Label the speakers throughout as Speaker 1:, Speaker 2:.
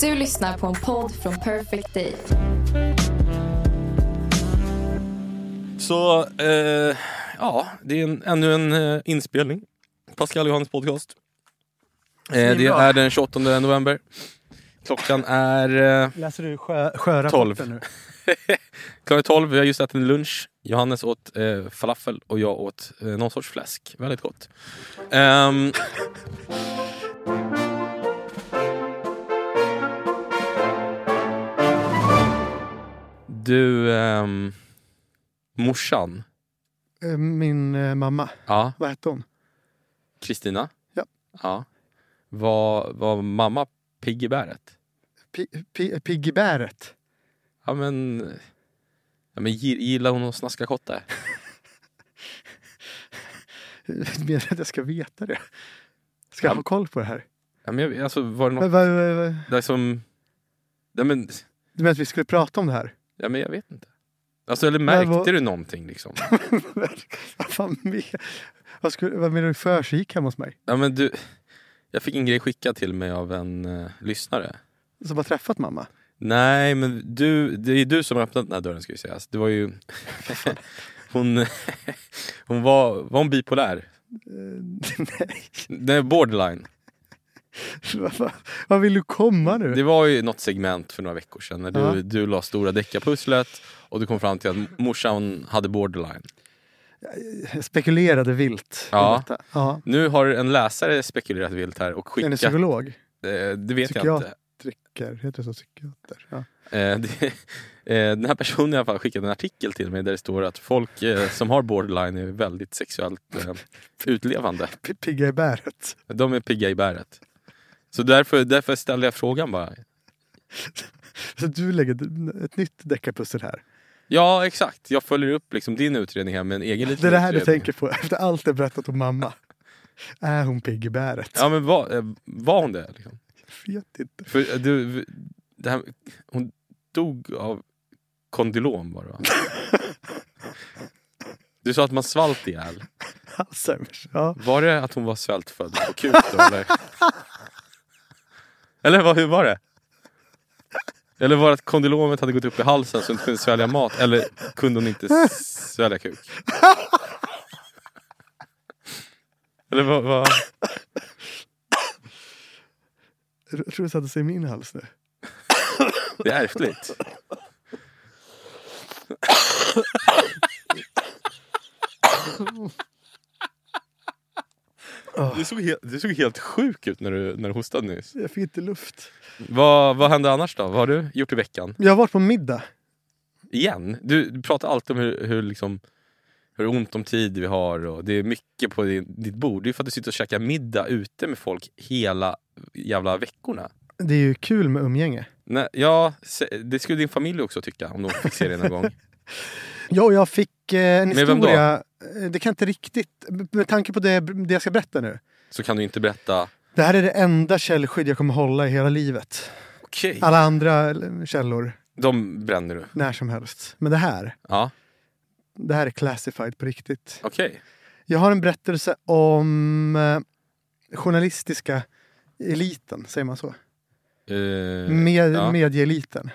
Speaker 1: Du lyssnar på en podd från Perfect Day.
Speaker 2: Så eh, ja, det är en, ännu en eh, inspelning. Pascal Johans podcast. Eh, det
Speaker 3: Svinbra.
Speaker 2: är den 28 november. Klockan är eh,
Speaker 3: Läser du sjö, sjörapporten
Speaker 2: Tolv.
Speaker 3: nu?
Speaker 2: klockan är 12. Vi har just ätit lunch. Johannes åt eh, falafel och jag åt eh, någon sorts fläsk. Väldigt gott. Ehm, du, ehm, morsan.
Speaker 3: Eh, Min eh, mamma,
Speaker 2: Ja.
Speaker 3: vad hette hon?
Speaker 2: Kristina?
Speaker 3: Ja.
Speaker 2: ja. Var, var mamma pigg i bäret?
Speaker 3: Pi- pi- Pigg i bäret.
Speaker 2: Ja men... Ja, men gi- gillar hon att snaska kotte?
Speaker 3: Menar att jag ska veta det? Ska
Speaker 2: Ja.
Speaker 3: jag ha koll på det här?
Speaker 2: Ja, men jag, alltså var det
Speaker 3: Va,
Speaker 2: något
Speaker 3: va, va, va?
Speaker 2: där som... Ja men,
Speaker 3: Du menar att vi skulle prata om det här?
Speaker 2: ja men jag vet inte. Alltså eller
Speaker 3: Men
Speaker 2: märkte
Speaker 3: vad-
Speaker 2: du någonting liksom?
Speaker 3: vad, fan men- vad, skulle, vad menar du försiggick hemma hos mig?
Speaker 2: Ja men du... Jag fick en grej skickad till mig av en eh, lyssnare.
Speaker 3: Som har träffat mamma?
Speaker 2: Nej men du, det är du som har öppnat den här dörren ska vi säga. Alltså, det var ju... hon... hon var, var hon bipolär?
Speaker 3: Eh, nej,
Speaker 2: Nej, borderline.
Speaker 3: vad, fan- vad vill du komma nu?
Speaker 2: Det var ju något segment för några veckor sedan när du,
Speaker 3: Ja.
Speaker 2: du la stora deckarpusslet och du kom fram till att morsan hade borderline.
Speaker 3: Jag spekulerade vilt. om
Speaker 2: Ja.
Speaker 3: detta. ja.
Speaker 2: Nu har en läsare spekulerat vilt här och
Speaker 3: Är ni
Speaker 2: skickat...
Speaker 3: psykolog?
Speaker 2: Eh, det vet jag
Speaker 3: Psykiat-
Speaker 2: inte.
Speaker 3: Dricker, heter det så? Psykiater? Ja.
Speaker 2: Eh, det, eh, den här personen i alla fall skickade en artikel till mig där det står att folk eh, som har borderline är väldigt sexuellt eh, utlevande.
Speaker 3: P- Pigga i bäret.
Speaker 2: De är pigga i bäret. Så därför, därför ställde jag frågan bara.
Speaker 3: Så du lägger d- ett nytt deckarpussel här.
Speaker 2: Ja, exakt. Jag följer upp liksom din utredning här med en egen
Speaker 3: Det
Speaker 2: liten
Speaker 3: är det här du
Speaker 2: utredning.
Speaker 3: tänker på efter allt jag berättat om mamma. Är hon pigg i bäret?
Speaker 2: Ja, men var, eh, var hon det? Liksom?
Speaker 3: Jag vet inte.
Speaker 2: För eh, du, det här, hon dog av kondylom var det va? Du sa att man svalt ihjäl.
Speaker 3: Alzheimers. Ja.
Speaker 2: Var det att hon var svältfödd på kuk då eller? Eller vad, hur var det? Eller var det att kondylomet hade gått upp i halsen så hon inte kunde svälja mat? Eller kunde hon inte s- svälja kuk? Eller vad? vad?
Speaker 3: Jag tror det satte sig i min hals nu.
Speaker 2: Det är ärftligt. Du såg, helt, du såg helt sjuk ut när du, när du hostade nyss.
Speaker 3: Jag fick inte luft.
Speaker 2: Vad, vad hände annars då? Vad har du gjort i veckan?
Speaker 3: Jag har varit på middag.
Speaker 2: Igen? Du, du pratar alltid om hur, hur, liksom, hur ont om tid vi har och det är mycket på din, ditt bord. Det är för att du sitter och käkar middag ute med folk hela jävla veckorna.
Speaker 3: Det är ju kul med umgänge.
Speaker 2: Nej, ja, se- det skulle din familj också tycka om de fick se dig någon gång.
Speaker 3: Ja, och jag fick eh, en
Speaker 2: Med vem
Speaker 3: historia. Eh, Det kan jag inte riktigt... Med tanke på det, det jag ska berätta nu.
Speaker 2: Så kan du inte berätta
Speaker 3: Det här är det enda källskydd jag kommer hålla i hela livet.
Speaker 2: Okej.
Speaker 3: Alla andra eh, källor,
Speaker 2: De bränner du?
Speaker 3: när som helst. Men det här,
Speaker 2: Ja.
Speaker 3: det här är classified på riktigt.
Speaker 2: Okej.
Speaker 3: Jag har en berättelse om eh, journalistiska eliten, säger man så?
Speaker 2: Eh,
Speaker 3: Med,
Speaker 2: ja.
Speaker 3: Medieeliten.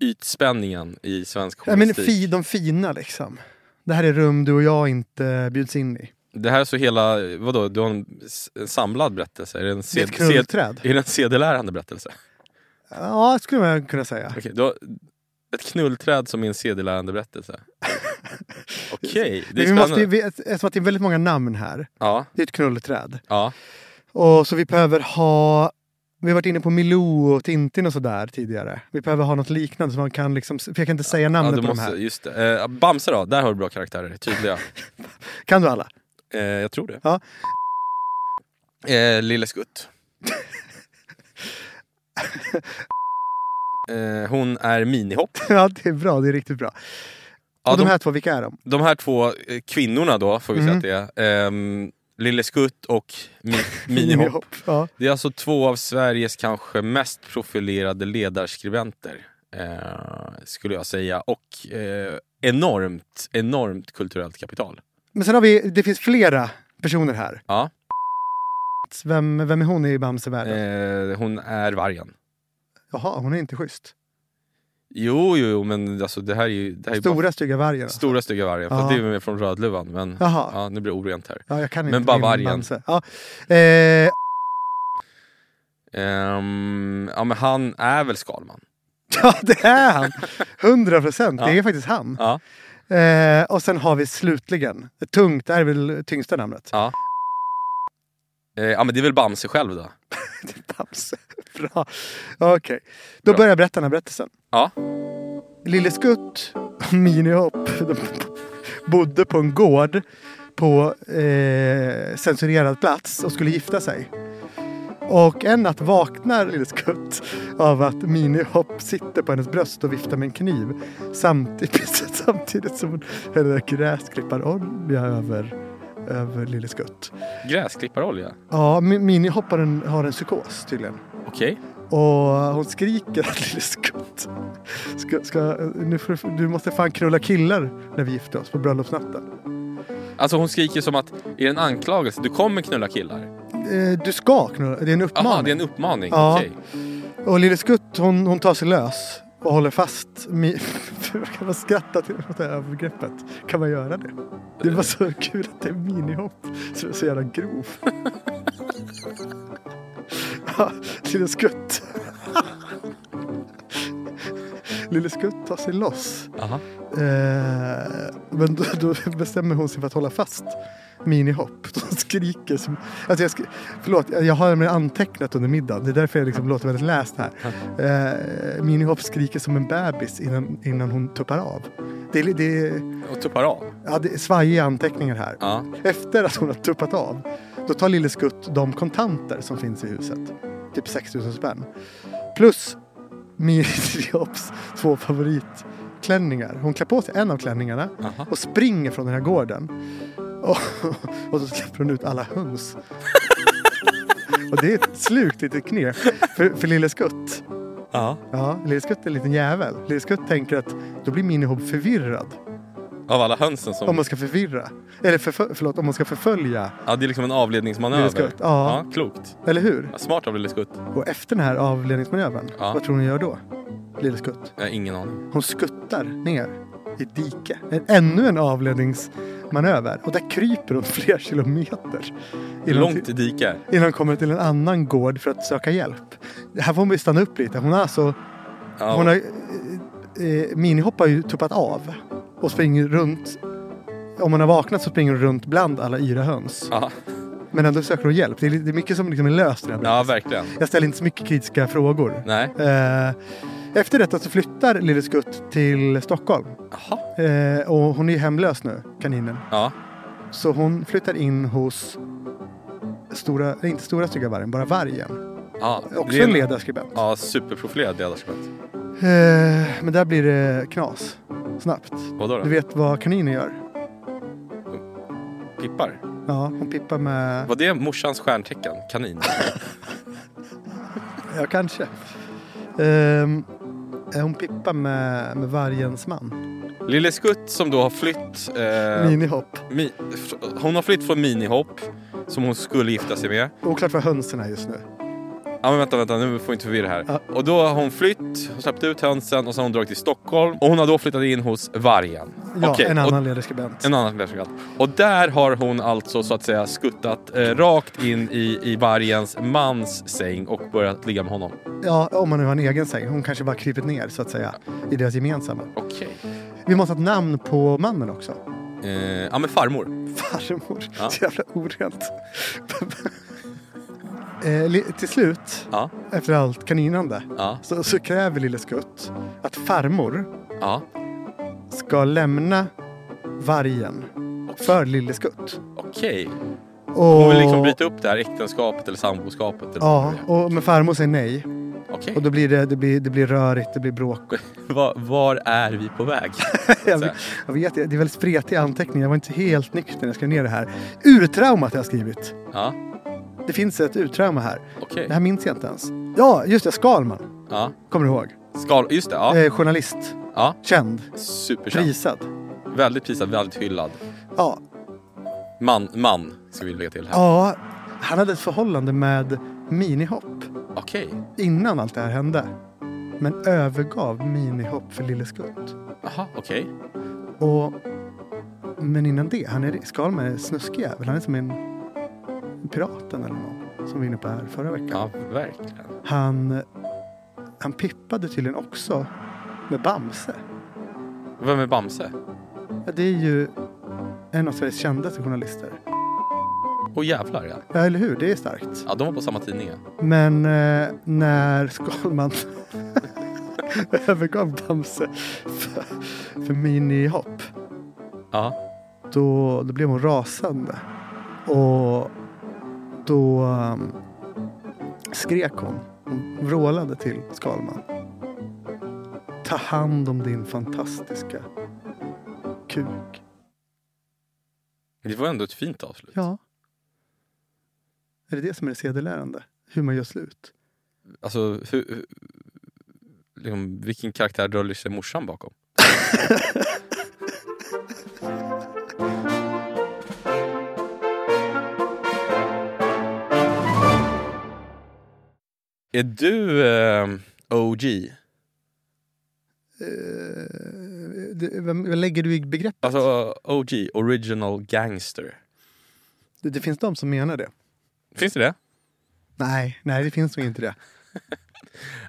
Speaker 2: Ytspänningen i svensk
Speaker 3: Ja, men
Speaker 2: journalistik.
Speaker 3: fi, de fina liksom. Det här är rum du och jag inte bjuds in i.
Speaker 2: det här är så hela, vadå, du har en, s- en samlad berättelse? Är det en,
Speaker 3: Det är
Speaker 2: sed,
Speaker 3: ett
Speaker 2: sed,
Speaker 3: knullträd.
Speaker 2: är det en sedelärande berättelse?
Speaker 3: Ja, skulle man kunna säga.
Speaker 2: Okej, du har ett knullträd som är en sedelärande berättelse. Okej, det är
Speaker 3: Vi måste,
Speaker 2: spännande.
Speaker 3: ju- vi, eftersom att det är väldigt många namn här.
Speaker 2: Ja,
Speaker 3: Det är ett knullträd.
Speaker 2: ja.
Speaker 3: Och så vi behöver ha... Vi har varit inne på Milou och Tintin och sådär tidigare. Vi behöver ha något liknande så man kan liksom... För jag kan inte säga
Speaker 2: ja
Speaker 3: namnet
Speaker 2: du
Speaker 3: på
Speaker 2: måste,
Speaker 3: de här.
Speaker 2: just det. Eh, Bamse då, där har du bra karaktärer, tydliga.
Speaker 3: Kan du alla?
Speaker 2: eh, jag tror det.
Speaker 3: Ja.
Speaker 2: Eh, Lille Skutt. eh, hon är minihopp.
Speaker 3: ja, det är bra. Det är riktigt bra.
Speaker 2: Ja,
Speaker 3: och de
Speaker 2: de,
Speaker 3: här två, vilka är de?
Speaker 2: de här två eh, kvinnorna då, får vi
Speaker 3: Mm.
Speaker 2: säga att det är. ehm, Lille Skutt och mi, Minihopp.
Speaker 3: Ja.
Speaker 2: Det är alltså två av Sveriges kanske mest profilerade ledarskribenter. Eh, skulle jag säga. Och eh, enormt, enormt kulturellt kapital.
Speaker 3: Men sen har vi, det finns flera personer här.
Speaker 2: Ja.
Speaker 3: Vem, vem är hon i Bamsevärlden?
Speaker 2: Eh, hon är vargen.
Speaker 3: Jaha, hon är inte schysst.
Speaker 2: Jo, jo, jo, men alltså, det här är ju... Det här är
Speaker 3: Stora
Speaker 2: Bara,
Speaker 3: stygga vargen. alltså.
Speaker 2: stora stygga vargen. Fast
Speaker 3: Ja.
Speaker 2: det är ju mer från Rödluvan. Men
Speaker 3: Jaha.
Speaker 2: ja, nu blir det orent här.
Speaker 3: Ja, jag kan
Speaker 2: Men
Speaker 3: inte
Speaker 2: bara
Speaker 3: min
Speaker 2: vargen.
Speaker 3: Bamse. Ja. Eh,
Speaker 2: Ehm, ja, men han är väl Skalman?
Speaker 3: ja, det är han. 100 procent. Det
Speaker 2: Ja.
Speaker 3: är faktiskt han.
Speaker 2: Ja.
Speaker 3: Eh, och sen har vi slutligen, tungt, det här är väl tyngsta namnet.
Speaker 2: Ja. Eh, ja, men det är väl Bamse själv då?
Speaker 3: Bamse. Bra. Okej. Då
Speaker 2: Bra.
Speaker 3: börjar jag berätta den här berättelsen.
Speaker 2: Ja.
Speaker 3: Lille Skutt och Minihopp de bodde på en gård på eh, censurerad plats och skulle gifta sig. Och en natt vaknar Lille Skutt av att Minihopp sitter på hennes bröst och viftar med en kniv samtidigt, samtidigt som hon häller gräsklipparolja över, över Lille Skutt.
Speaker 2: Gräsklipparolja?
Speaker 3: Ja, Mi- Minihopp har en, har en psykos tydligen.
Speaker 2: Okej.
Speaker 3: Och hon skriker att lille Skutt ska, ska, nu får, du- du måste fan knulla killar när vi gifter oss på bröllopsnatten.
Speaker 2: Alltså hon skriker som att, är det en anklagelse? Du kommer knulla killar?
Speaker 3: Eh, du ska knulla, det är en uppmaning.
Speaker 2: Jaha, det är en uppmaning?
Speaker 3: Ja.
Speaker 2: Okej.
Speaker 3: Och lille Skutt hon, hon tar sig lös och håller fast. Mi- kan man skratta till åt det här övergreppet? Kan man göra det? Det var så kul att det är minihopp som är så jävla grov. Ja, lille Skutt. Lille Skutt tar sig loss.
Speaker 2: Aha.
Speaker 3: Eh, men då, då bestämmer hon sig för att hålla fast minihopp. De skriker som... Alltså jag skri, förlåt, jag har nämligen antecknat under middagen. Det är därför jag liksom låter väldigt läst här. Eh, minihopp skriker som en bebis innan, innan hon tuppar av. Det, är- det, är-
Speaker 2: Och tuppar av?
Speaker 3: ja, det är svajiga anteckningar här.
Speaker 2: Ja.
Speaker 3: Efter att hon har tuppat av, då tar Lille Skutt de kontanter som finns i huset. Typ 6 000 spänn. Plus Miriams två favoritklänningar. Hon klär på sig en av klänningarna
Speaker 2: Aha.
Speaker 3: och springer från den här gården. Och, och så släpper hon ut alla höns. och det är ett slukt litet knep för, för Lille Skutt.
Speaker 2: Ja.
Speaker 3: Ja, Lille Skutt är en liten jävel. Lille Skutt tänker att då blir Minihob förvirrad.
Speaker 2: Av alla hönsen som...
Speaker 3: Om man ska förvirra. Eller förfö- förlåt, om man ska förfölja
Speaker 2: Ja, det är liksom en avledningsmanöver.
Speaker 3: Lille Skutt, ja.
Speaker 2: klokt.
Speaker 3: Eller hur?
Speaker 2: Ja, smart av Lille Skutt.
Speaker 3: Och efter den här avledningsmanövern,
Speaker 2: Ja.
Speaker 3: vad tror ni gör då? Lille Skutt.
Speaker 2: Jag har ingen aning.
Speaker 3: Hon skuttar ner i ett dike. En- Ännu en avledningsmanöver. Och där kryper hon flera kilometer. Innan,
Speaker 2: Långt i dike.
Speaker 3: innan hon kommer till en annan gård för att söka hjälp. Här får hon ju stanna upp lite. Hon har alltså...
Speaker 2: Ja.
Speaker 3: Hon har, eh, eh, Minihopp har ju tuppat av och springer runt. Om hon har vaknat så springer hon runt bland alla yra höns.
Speaker 2: Ja.
Speaker 3: Men ändå söker hon hjälp. Det är, li- det är mycket som liksom är löst i den här
Speaker 2: ja,
Speaker 3: berättelsen.
Speaker 2: verkligen.
Speaker 3: Jag ställer inte så mycket kritiska frågor.
Speaker 2: Nej.
Speaker 3: Eh, efter detta så flyttar Lille Skutt till Stockholm.
Speaker 2: Jaha.
Speaker 3: Eh, och hon är ju hemlös nu, kaninen.
Speaker 2: Ja.
Speaker 3: Så hon flyttar in hos Stora, nej, inte Stora Stygga Vargen, bara Vargen.
Speaker 2: ja.
Speaker 3: Också
Speaker 2: Det är
Speaker 3: en ledarskribent.
Speaker 2: Ja, superprofilerad ledarskribent.
Speaker 3: Eh, men där blir det knas. Snabbt.
Speaker 2: Vadå då?
Speaker 3: Du vet vad kaniner gör?
Speaker 2: Pippar?
Speaker 3: Ja, hon pippar med...
Speaker 2: Var det morsans stjärntecken? Kanin?
Speaker 3: Ja, kanske. Ehm, Eh, hon pippar med, med vargens man.
Speaker 2: Lille Skutt som då har flytt... Eh,
Speaker 3: Minihopp.
Speaker 2: mi, fr- hon har flytt från Minihopp som hon skulle gifta sig med.
Speaker 3: Oklart vad hönsen är just nu.
Speaker 2: Ja men vänta, vänta, nu får vi inte förvirra här.
Speaker 3: Ja.
Speaker 2: Och då har hon flytt, hon släppt ut hönsen och så har hon dragit till Stockholm. Och hon har då flyttat in hos Vargen.
Speaker 3: Ja,
Speaker 2: Okej,
Speaker 3: en
Speaker 2: och-
Speaker 3: annan ledarskribent.
Speaker 2: En annan ledarskribent. Och där har hon alltså så att säga skuttat eh, rakt in i, i Vargens mans säng och börjat ligga med honom.
Speaker 3: Ja, om man nu har en egen säng. Hon kanske bara krypit ner så att säga i deras gemensamma.
Speaker 2: Okej.
Speaker 3: Vi måste ha ett namn på mannen också.
Speaker 2: Eh, ja men farmor.
Speaker 3: Farmor.
Speaker 2: Ja.
Speaker 3: Så jävla orent. eh, li- till slut,
Speaker 2: Ja,
Speaker 3: efter allt kaninande,
Speaker 2: ja,
Speaker 3: så, så kräver Lille Skutt att farmor
Speaker 2: ja.
Speaker 3: ska lämna vargen för Lille Skutt.
Speaker 2: Okej.
Speaker 3: Och,
Speaker 2: Hon vill liksom bryta upp det här äktenskapet eller samboskapet. Eller vad
Speaker 3: Ja,
Speaker 2: det är.
Speaker 3: och, men farmor säger nej.
Speaker 2: Okej.
Speaker 3: Och då blir det, det, blir, det blir rörigt, det blir bråk.
Speaker 2: Var, var är vi på väg?
Speaker 3: Jag vet, jag vet, det är väldigt spretiga anteckningar. Jag var inte helt nykter när jag skrev ner det här. Urtraumat har jag skrivit.
Speaker 2: Ja,
Speaker 3: Det finns ett urtrauma här.
Speaker 2: okej.
Speaker 3: Det här minns jag inte ens. Ja, just det. Skalman.
Speaker 2: Ja.
Speaker 3: Kommer du ihåg?
Speaker 2: Skal, just det, ja.
Speaker 3: Eh, journalist.
Speaker 2: ja.
Speaker 3: Känd.
Speaker 2: Superkänd.
Speaker 3: Prisad.
Speaker 2: Väldigt prisad, väldigt hyllad.
Speaker 3: Ja.
Speaker 2: Man, man ska vi lägga till här.
Speaker 3: ja. Han hade ett förhållande med Minihopp
Speaker 2: Okej.
Speaker 3: innan allt det här hände. men övergav minihopp för Lille Skutt.
Speaker 2: Jaha, okej.
Speaker 3: Och, men innan det, han är Skalman är en snuskig jävel. Han är som en piraten eller någon som vi var inne på här förra veckan.
Speaker 2: Ja, verkligen.
Speaker 3: Han, han pippade tydligen också med Bamse.
Speaker 2: Vem är Bamse?
Speaker 3: Ja, Det är ju en av Sveriges kändaste journalister.
Speaker 2: Åh jävlar ja.
Speaker 3: Ja, eller hur? Det är starkt.
Speaker 2: Ja, de var på samma tidning. ja.
Speaker 3: Men eh, när Skalman övergav Bamse för, för minihopp,
Speaker 2: Ja.
Speaker 3: då, då blev hon rasande. Och då um, skrek hon. Hon vrålade till Skalman. Ta hand om din fantastiska kuk.
Speaker 2: Det var ändå ett fint avslut.
Speaker 3: Ja. Är det det som är det sedelärande? Hur man gör slut?
Speaker 2: Alltså, hur, hur, liksom, vilken karaktär döljer sig morsan bakom? Är du eh, OG?
Speaker 3: Eh, det, vem, vad lägger du i begreppet?
Speaker 2: Alltså OG, original gangster.
Speaker 3: det, det finns de som menar det.
Speaker 2: Finns det det?
Speaker 3: Nej, nej det finns nog inte det.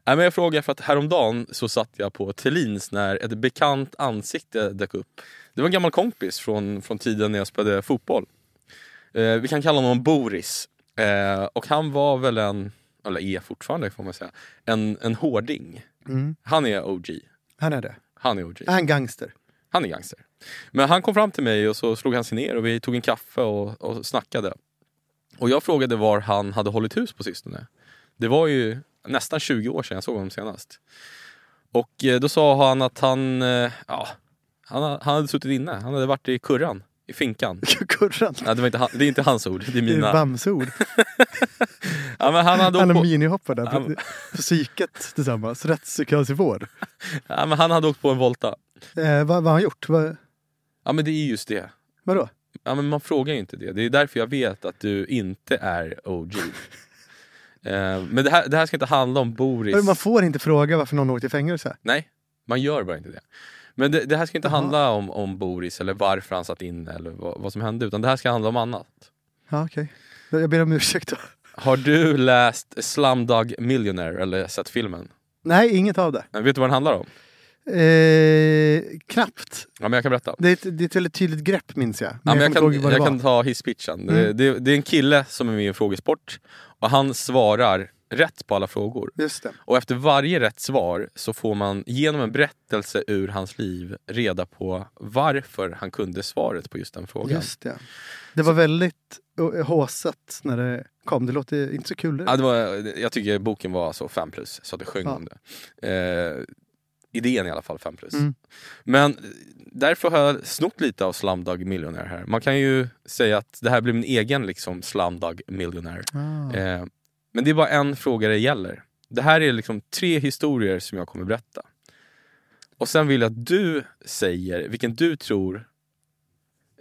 Speaker 2: Nej, men jag frågar för att häromdagen så satt jag på Tellins när ett bekant ansikte dök upp. Det var en gammal kompis från, från tiden när jag spelade fotboll. Eh, vi kan kalla honom Boris. Eh, och han var väl en, eller är fortfarande får man säga, en, en hårding.
Speaker 3: Mm.
Speaker 2: Han är OG.
Speaker 3: Han är det.
Speaker 2: Han är OG.
Speaker 3: Är han gangster?
Speaker 2: Han är gangster. Men han kom fram till mig och så slog han sig ner och vi tog en kaffe och, och snackade. Och jag frågade var han hade hållit hus på sistone. Det var ju nästan 20 år sedan jag såg honom senast. Och eh, då sa han att han, eh, ja, han, ha- han hade suttit inne. Han hade varit i kurran, i finkan.
Speaker 3: Kurran.
Speaker 2: Nej, det, var inte han, det är inte hans ord, det är
Speaker 3: Det är
Speaker 2: mina.
Speaker 3: Bamseord.
Speaker 2: Ja, men han, hade åkt
Speaker 3: Alla
Speaker 2: på,
Speaker 3: minihoppare där
Speaker 2: Ja,
Speaker 3: på, på psyket tillsammans. Rättspsykiatrisk vård.
Speaker 2: ja, men han hade åkt på en volta.
Speaker 3: Eh, vad, vad har han gjort? Vad,
Speaker 2: Ja, men det är just det.
Speaker 3: vadå?
Speaker 2: Ja, men man frågar ju inte det. Det är därför jag vet att du inte är OG. Eh, men det här, det här ska inte handla om Boris.
Speaker 3: Eh, Man får inte fråga varför någon åkte i fängelse.
Speaker 2: Nej, man gör bara inte det. Men det, det här ska inte
Speaker 3: Jaha.
Speaker 2: handla om, om Boris eller varför han satt inne eller vad, vad som hände. Utan det här ska handla om annat.
Speaker 3: Ja, okej. Jag- Jag ber om ursäkt. Då.
Speaker 2: Har du läst Slumdog Millionaire eller sett filmen?
Speaker 3: Nej, inget av det.
Speaker 2: Eh, Vet du vad den handlar om?
Speaker 3: Eh, knappt.
Speaker 2: Ja, men jag kan berätta.
Speaker 3: Det är, ett, det är ett väldigt tydligt grepp minns jag. Men
Speaker 2: Ja, men jag
Speaker 3: jag kommer inte
Speaker 2: kan,
Speaker 3: ihåg
Speaker 2: jag
Speaker 3: vad det
Speaker 2: kan
Speaker 3: var.
Speaker 2: ta hisspitchen. Det,
Speaker 3: Mm.
Speaker 2: det, det är en kille som är med i en frågesport och han svarar rätt på alla frågor.
Speaker 3: Just det.
Speaker 2: Och efter varje rätt svar så får man genom en berättelse ur hans liv reda på varför han kunde svaret på just den frågan.
Speaker 3: Just det. Det var väldigt eh, håsat när det kom. Det låter inte så kul.
Speaker 2: Ja,
Speaker 3: Det.
Speaker 2: det var, jag tycker boken var alltså 5 plus, så det sjöng
Speaker 3: Ja.
Speaker 2: om det. Eh, idén i alla fall 5 plus.
Speaker 3: Mm.
Speaker 2: Men därför har jag snott lite av Slumdog Millionaire här. Man kan ju säga att det här blir min egen liksom Slumdog Millionaire.
Speaker 3: Ah.
Speaker 2: Eh, men det är bara en fråga det gäller. Det här är liksom tre historier som jag kommer berätta. Och sen vill jag att du säger vilken du tror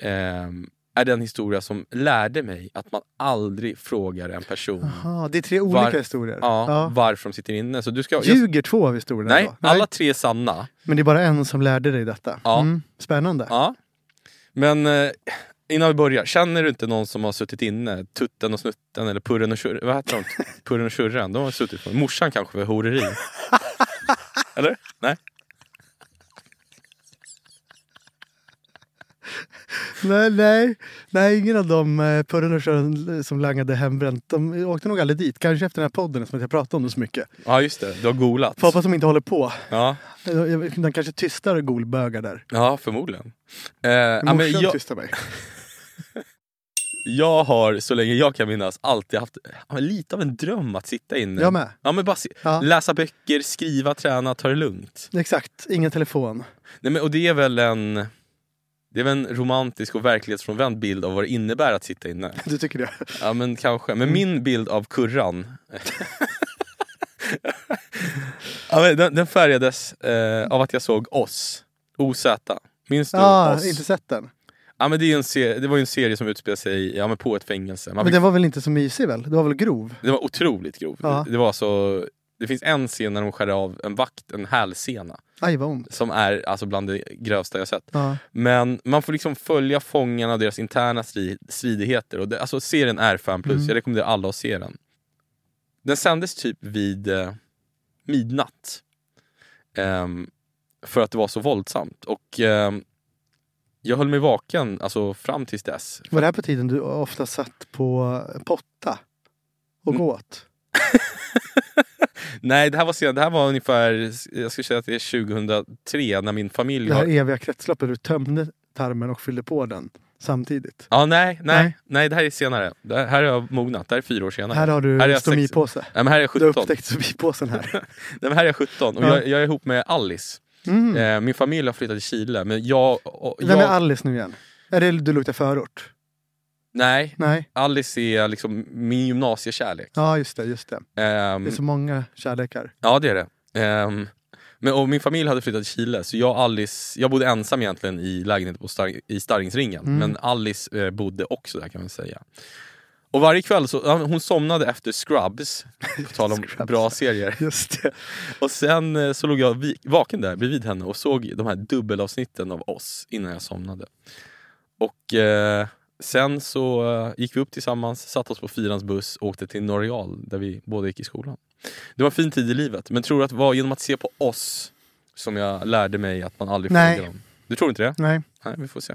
Speaker 2: ehm, är den historia som lärde mig att man aldrig frågar en person
Speaker 3: Aha, det är tre olika
Speaker 2: Var-
Speaker 3: historier.
Speaker 2: ja,
Speaker 3: Ja.
Speaker 2: varför de sitter inne. Så du ska, jag,
Speaker 3: Ljuger två av historierna?
Speaker 2: nej,
Speaker 3: då?
Speaker 2: alla tre är sanna.
Speaker 3: Men det är bara en som lärde dig detta?
Speaker 2: Ja.
Speaker 3: Mm, spännande.
Speaker 2: Ja. Men eh, innan vi börjar, känner du inte någon som har suttit inne? Tutten och snutten eller purren och tjurren? Vad heter de? Purren och tjurren? De har suttit på. Morsan kanske för horeri? eller? Nej?
Speaker 3: Nej, nej, nej, ingen av de eh, purren och kören som langade hembränt, de åkte nog aldrig dit. Kanske efter den här podden som jag pratade om det så mycket.
Speaker 2: Ja just det, du har golat.
Speaker 3: Får hoppas de inte håller på.
Speaker 2: Ja,
Speaker 3: Jag- jag- De kanske tystar golbögar där.
Speaker 2: ja förmodligen. Eh, ja, men
Speaker 3: Morsan
Speaker 2: jag,
Speaker 3: tystar mig.
Speaker 2: jag har, så länge jag kan minnas, alltid haft ja, men lite av en dröm att sitta inne.
Speaker 3: Jag med.
Speaker 2: Ja, men bara si-
Speaker 3: Ja.
Speaker 2: Läsa böcker, skriva, träna, ta det lugnt.
Speaker 3: Exakt, ingen telefon.
Speaker 2: Nej, men, och det är väl en... Det är väl en romantisk och verklighetsfrånvänd bild av vad det innebär att sitta inne.
Speaker 3: Du tycker det?
Speaker 2: Ja men kanske.
Speaker 3: Mm.
Speaker 2: Men min bild av kurran. ja, men den, den färgades eh, av att jag såg Oss. OZ. Minns du
Speaker 3: Ja,
Speaker 2: Oss?
Speaker 3: inte sett den.
Speaker 2: Ja, men det, är ju en se- det var ju en serie som utspelade sig ja, men på ett fängelse. Man
Speaker 3: Men
Speaker 2: fick,
Speaker 3: den var väl inte så mysig väl? Det var väl grov?
Speaker 2: det var otroligt grov.
Speaker 3: Ja.
Speaker 2: Det var alltså Det finns en scen när de skär av en vakt, en hälsena,
Speaker 3: Aj vad ont.
Speaker 2: som är alltså bland det grövsta jag sett.
Speaker 3: Ja.
Speaker 2: Men man får liksom följa fångarna och deras interna stri- stridigheter. Och det, alltså, serien är fan plus.
Speaker 3: Mm.
Speaker 2: Jag rekommenderar alla att se den. Den sändes typ vid eh, midnatt. Ehm, för att det var så våldsamt. Och ehm, jag höll mig vaken alltså, fram tills dess.
Speaker 3: Var det här på tiden du ofta satt på eh, potta och
Speaker 2: Mm.
Speaker 3: gåt?
Speaker 2: Nej, det här var, sen, det här var ungefär jag skulle säga att det är 2003 när min familj...
Speaker 3: Det här
Speaker 2: Har,
Speaker 3: eviga kretsloppet, du tömde tarmen och fyllde på den samtidigt.
Speaker 2: ja, nej, nej,
Speaker 3: Nej.
Speaker 2: nej, det här är senare. Det här här har jag mognat. Det här är fyra år senare.
Speaker 3: Här har du
Speaker 2: Här är jag
Speaker 3: stomipåse.
Speaker 2: Nej, men här är jag
Speaker 3: Du har
Speaker 2: 17.
Speaker 3: upptäckt stomipåsen här.
Speaker 2: Nej, men här är jag 17 och
Speaker 3: Ja.
Speaker 2: jag, jag är ihop med Alice.
Speaker 3: Mm.
Speaker 2: Eh, min familj har flyttat till Chile, men jag... Och,
Speaker 3: Vem
Speaker 2: jag
Speaker 3: är Alice nu igen? Är det du luktar förort?
Speaker 2: Nej,
Speaker 3: Nej.
Speaker 2: Alice är liksom min gymnasiekärlek.
Speaker 3: Ja, just det. Just det.
Speaker 2: Ehm,
Speaker 3: Det är så många kärlekar.
Speaker 2: Ja, det är det. Ehm, men, och min familj hade flyttat till Chile, så jag och Alice... Jag bodde ensam egentligen i lägenheten på Star, i Starringsringen,
Speaker 3: Mm.
Speaker 2: men Alice eh, bodde också där kan man säga. Och varje kväll så... ja, Hon somnade efter Scrubs, på tal om
Speaker 3: Scrubs.
Speaker 2: bra serier.
Speaker 3: Just det.
Speaker 2: Och sen eh, så låg jag vi- vaken där bredvid henne och såg de här dubbelavsnitten av oss innan jag somnade. Och eh, sen så eh, gick vi upp tillsammans, satte oss på fyrans buss och åkte till Norreal där vi båda gick i skolan. Det var en fin tid i livet, men tror du att det var genom att se på oss som jag lärde mig att man aldrig
Speaker 3: Nej.
Speaker 2: frågar om? Du tror inte det?
Speaker 3: Nej.
Speaker 2: Nej, vi får se.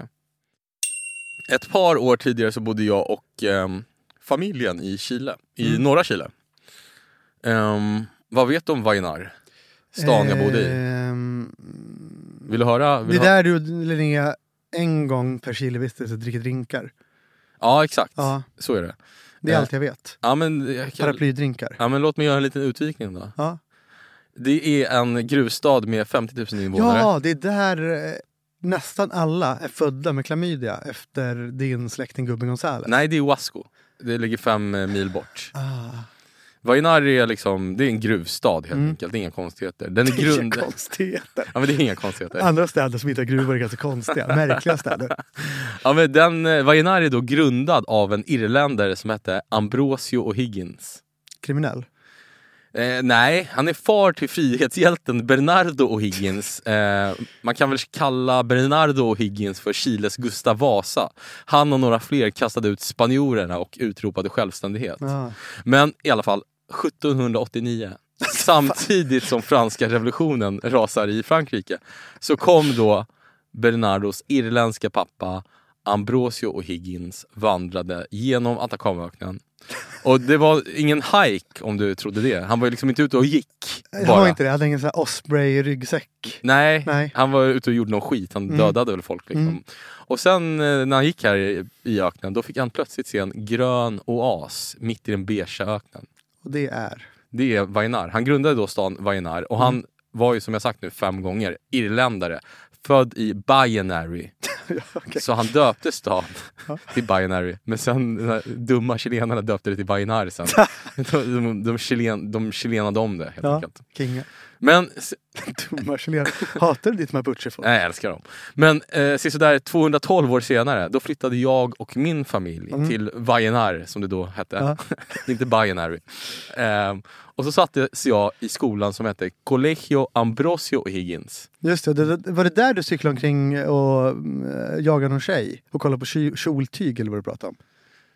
Speaker 2: Ett par år tidigare så bodde jag och ehm, familjen i Chile, i
Speaker 3: Mm.
Speaker 2: norra Chile. Ehm, vad vet du om Vainar? Stan jag bodde i.
Speaker 3: Ehm,
Speaker 2: Vill du höra? Vill
Speaker 3: Det är
Speaker 2: du ha-
Speaker 3: där du och Linnea en gång per kilevistelse dricker drinkar.
Speaker 2: Ja, exakt.
Speaker 3: Ja,
Speaker 2: Så är det.
Speaker 3: det är
Speaker 2: Eh,
Speaker 3: allt jag vet.
Speaker 2: Ja, men, eh, jag kan...
Speaker 3: Paraplydrinkar.
Speaker 2: ja, men låt mig göra en liten utvikning då.
Speaker 3: Ja.
Speaker 2: Det är en gruvstad med 50 000 invånare.
Speaker 3: ja, det är där eh, nästan alla är födda med klamydia efter din släkting gubben Gonzales.
Speaker 2: Nej, det är Huasco. Det ligger fem eh, mil bort.
Speaker 3: Ah,
Speaker 2: Vainar är liksom, det är en gruvstad helt
Speaker 3: Mm.
Speaker 2: enkelt. Det är inga konstigheter. Den är
Speaker 3: det är inga
Speaker 2: grund...
Speaker 3: konstigheter.
Speaker 2: Ja, men det är inga konstigheter.
Speaker 3: Andra städer som inte har gruvor är ganska konstiga. Märkliga städer.
Speaker 2: Ja, men den, eh, Vajenar är då grundad av en irländare som hette Ambrosio O'Higgins.
Speaker 3: Kriminell.
Speaker 2: Eh, nej, han är far till frihetshjälten Bernardo O'Higgins. Eh, man kan väl kalla Bernardo O'Higgins för Chiles Gustav Vasa. Han och några fler kastade ut spanjorerna och utropade självständighet.
Speaker 3: Ah.
Speaker 2: Men i alla fall, 1789, samtidigt som franska revolutionen rasar i Frankrike, så kom då Bernardos irländska pappa Ambrosio och Higgins vandrade genom Atacamaöknen. Och det var ingen hike om du trodde det. Han var ju liksom inte ute och gick.
Speaker 3: Jag
Speaker 2: Bara.
Speaker 3: har inte det. Jag hade ingen sån här Osprey-ryggsäck.
Speaker 2: Nej,
Speaker 3: Nej.
Speaker 2: han var ute och gjorde någon skit. Han
Speaker 3: Mm.
Speaker 2: dödade väl folk. Liksom.
Speaker 3: Mm.
Speaker 2: Och sen eh, när han gick här i, i öknen, då fick han plötsligt se en grön oas mitt i den beigea öknen.
Speaker 3: Och det är...
Speaker 2: Det är Vainar. Han grundade då stan Vainar
Speaker 3: Mm.
Speaker 2: och han var ju som jag sagt nu fem gånger irländare. Född i Binary.
Speaker 3: ja, okej.
Speaker 2: Så han döpte stan
Speaker 3: Ja.
Speaker 2: till Binary. Men sen de här dumma chilenarna döpte det till Vainar sen. De, de, de, chilen, de chilenade om det helt
Speaker 3: Ja.
Speaker 2: enkelt.
Speaker 3: Kinga.
Speaker 2: Men, s-
Speaker 3: Dumma chilenare. Hatar du ditt mapuchefolk?
Speaker 2: nej jag älskar dem. Men eh, sådär 212 år senare, då flyttade jag och min familj
Speaker 3: Mm.
Speaker 2: till Vainar som det då hette.
Speaker 3: Ja.
Speaker 2: inte binary. Ehm, och så sattes jag i skolan som hette Colegio Ambrosio Higgins.
Speaker 3: Just det, det, det- var det där du cyklade omkring och mm, jagade någon tjej och kollade på ky- kjoltyg eller vad du pratade om?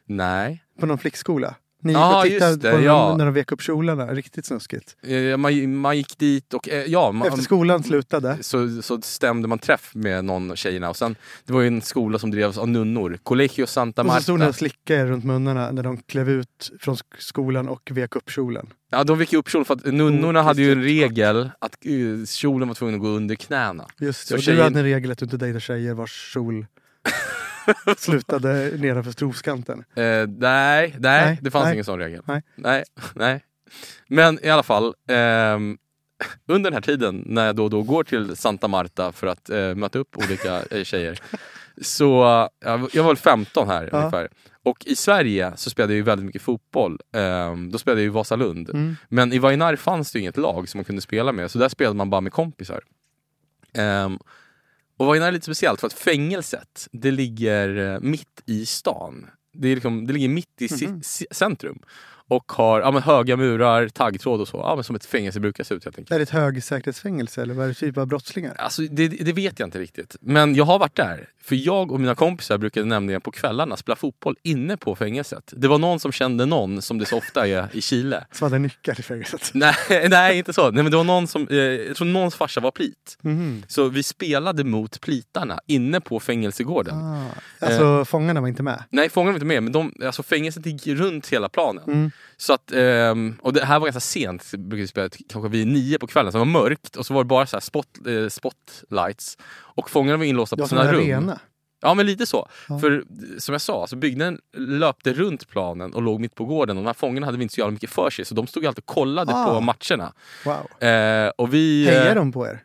Speaker 2: Nej,
Speaker 3: På någon flickskola? Ni gick
Speaker 2: Ja,
Speaker 3: och tittade
Speaker 2: just det,
Speaker 3: på dem
Speaker 2: ja.
Speaker 3: när de vek upp kjolarna, riktigt snuskigt.
Speaker 2: Eh, man, man gick dit och eh, ja, man,
Speaker 3: Efter skolan slutade.
Speaker 2: så, så stämde man träff med någon av tjejerna. Och sen, det var ju en skola som drevs av nunnor, Colegio Santa
Speaker 3: Och så stod ni
Speaker 2: Marta.
Speaker 3: och slickade er runt munnarna när de klev ut från sk- skolan och vek upp kjolen.
Speaker 2: Ja, de fick ju upp kjolen för att nunnorna
Speaker 3: Oh,
Speaker 2: hade ju en
Speaker 3: kristet gott.
Speaker 2: regel att eh, kjolen var tvungen att gå under knäna.
Speaker 3: Just
Speaker 2: Så
Speaker 3: det, och du
Speaker 2: tjejen-
Speaker 3: hade en regel att du inte dejtar tjejer vars kjol slutade nedanför stroskanten.
Speaker 2: Eh, nej, nej,
Speaker 3: Nej,
Speaker 2: det fanns
Speaker 3: nej.
Speaker 2: ingen sån regel.
Speaker 3: Nej.
Speaker 2: nej, nej. Men i alla fall, ehm, under den här tiden när jag då och då går till Santa Marta för att eh, möta upp olika eh, tjejer. Så jag var- jag var väl 15 här
Speaker 3: Ja.
Speaker 2: ungefär. Och i Sverige så spelade jag ju väldigt mycket fotboll. Ehm, då spelade jag i Vasalund.
Speaker 3: Mm.
Speaker 2: Men i Vainar fanns det ju inget lag som man kunde spela med, så där spelade man bara med kompisar. Ehm, och Vainar är lite speciellt för att fängelset, det ligger eh, mitt i stan. Det, är liksom, det ligger mitt i ci-
Speaker 3: Mhm.
Speaker 2: ci- centrum. Och har ja, men höga murar, taggtråd och så. Ja, men som ett fängelse brukar se ut helt enkelt.
Speaker 3: Är det ett högsäkerhetsfängelse eller vad är det för typ av brottslingar?
Speaker 2: Alltså, det, det vet jag inte riktigt. Men jag har varit där. För jag och mina kompisar brukade nämligen på kvällarna spela fotboll inne på fängelset. Det var någon som kände någon, som det så ofta är i Chile.
Speaker 3: Som hade nyckel till fängelset.
Speaker 2: Nej, nej inte så. Nej, men det var någon som, eh, jag tror någons farsa var plit.
Speaker 3: Mhm.
Speaker 2: Så vi spelade mot plitarna inne på fängelsegården.
Speaker 3: Ah. Alltså fångarna var inte med.
Speaker 2: Nej, fångarna var inte med, men de, alltså fängelset gick runt hela planen.
Speaker 3: Mm.
Speaker 2: Så att, ehm, och det här var ganska sent, brukade vi spela, kanske vid nio på kvällen, så det var mörkt och så var det bara så här spot, eh, spotlights. Och fångarna var inlåsta
Speaker 3: Det
Speaker 2: på
Speaker 3: var som
Speaker 2: sina
Speaker 3: en
Speaker 2: rum.
Speaker 3: arena.
Speaker 2: Ja, men lite så.
Speaker 3: Ja.
Speaker 2: För som jag sa, alltså, byggnaden löpte runt planen och låg mitt på gården. Och de här fångarna hade vi inte så jävla mycket för sig, så de stod alltid och kollade
Speaker 3: Ah.
Speaker 2: på matcherna.
Speaker 3: Wow.
Speaker 2: Eh, och vi,
Speaker 3: Hejar
Speaker 2: eh,
Speaker 3: de på er?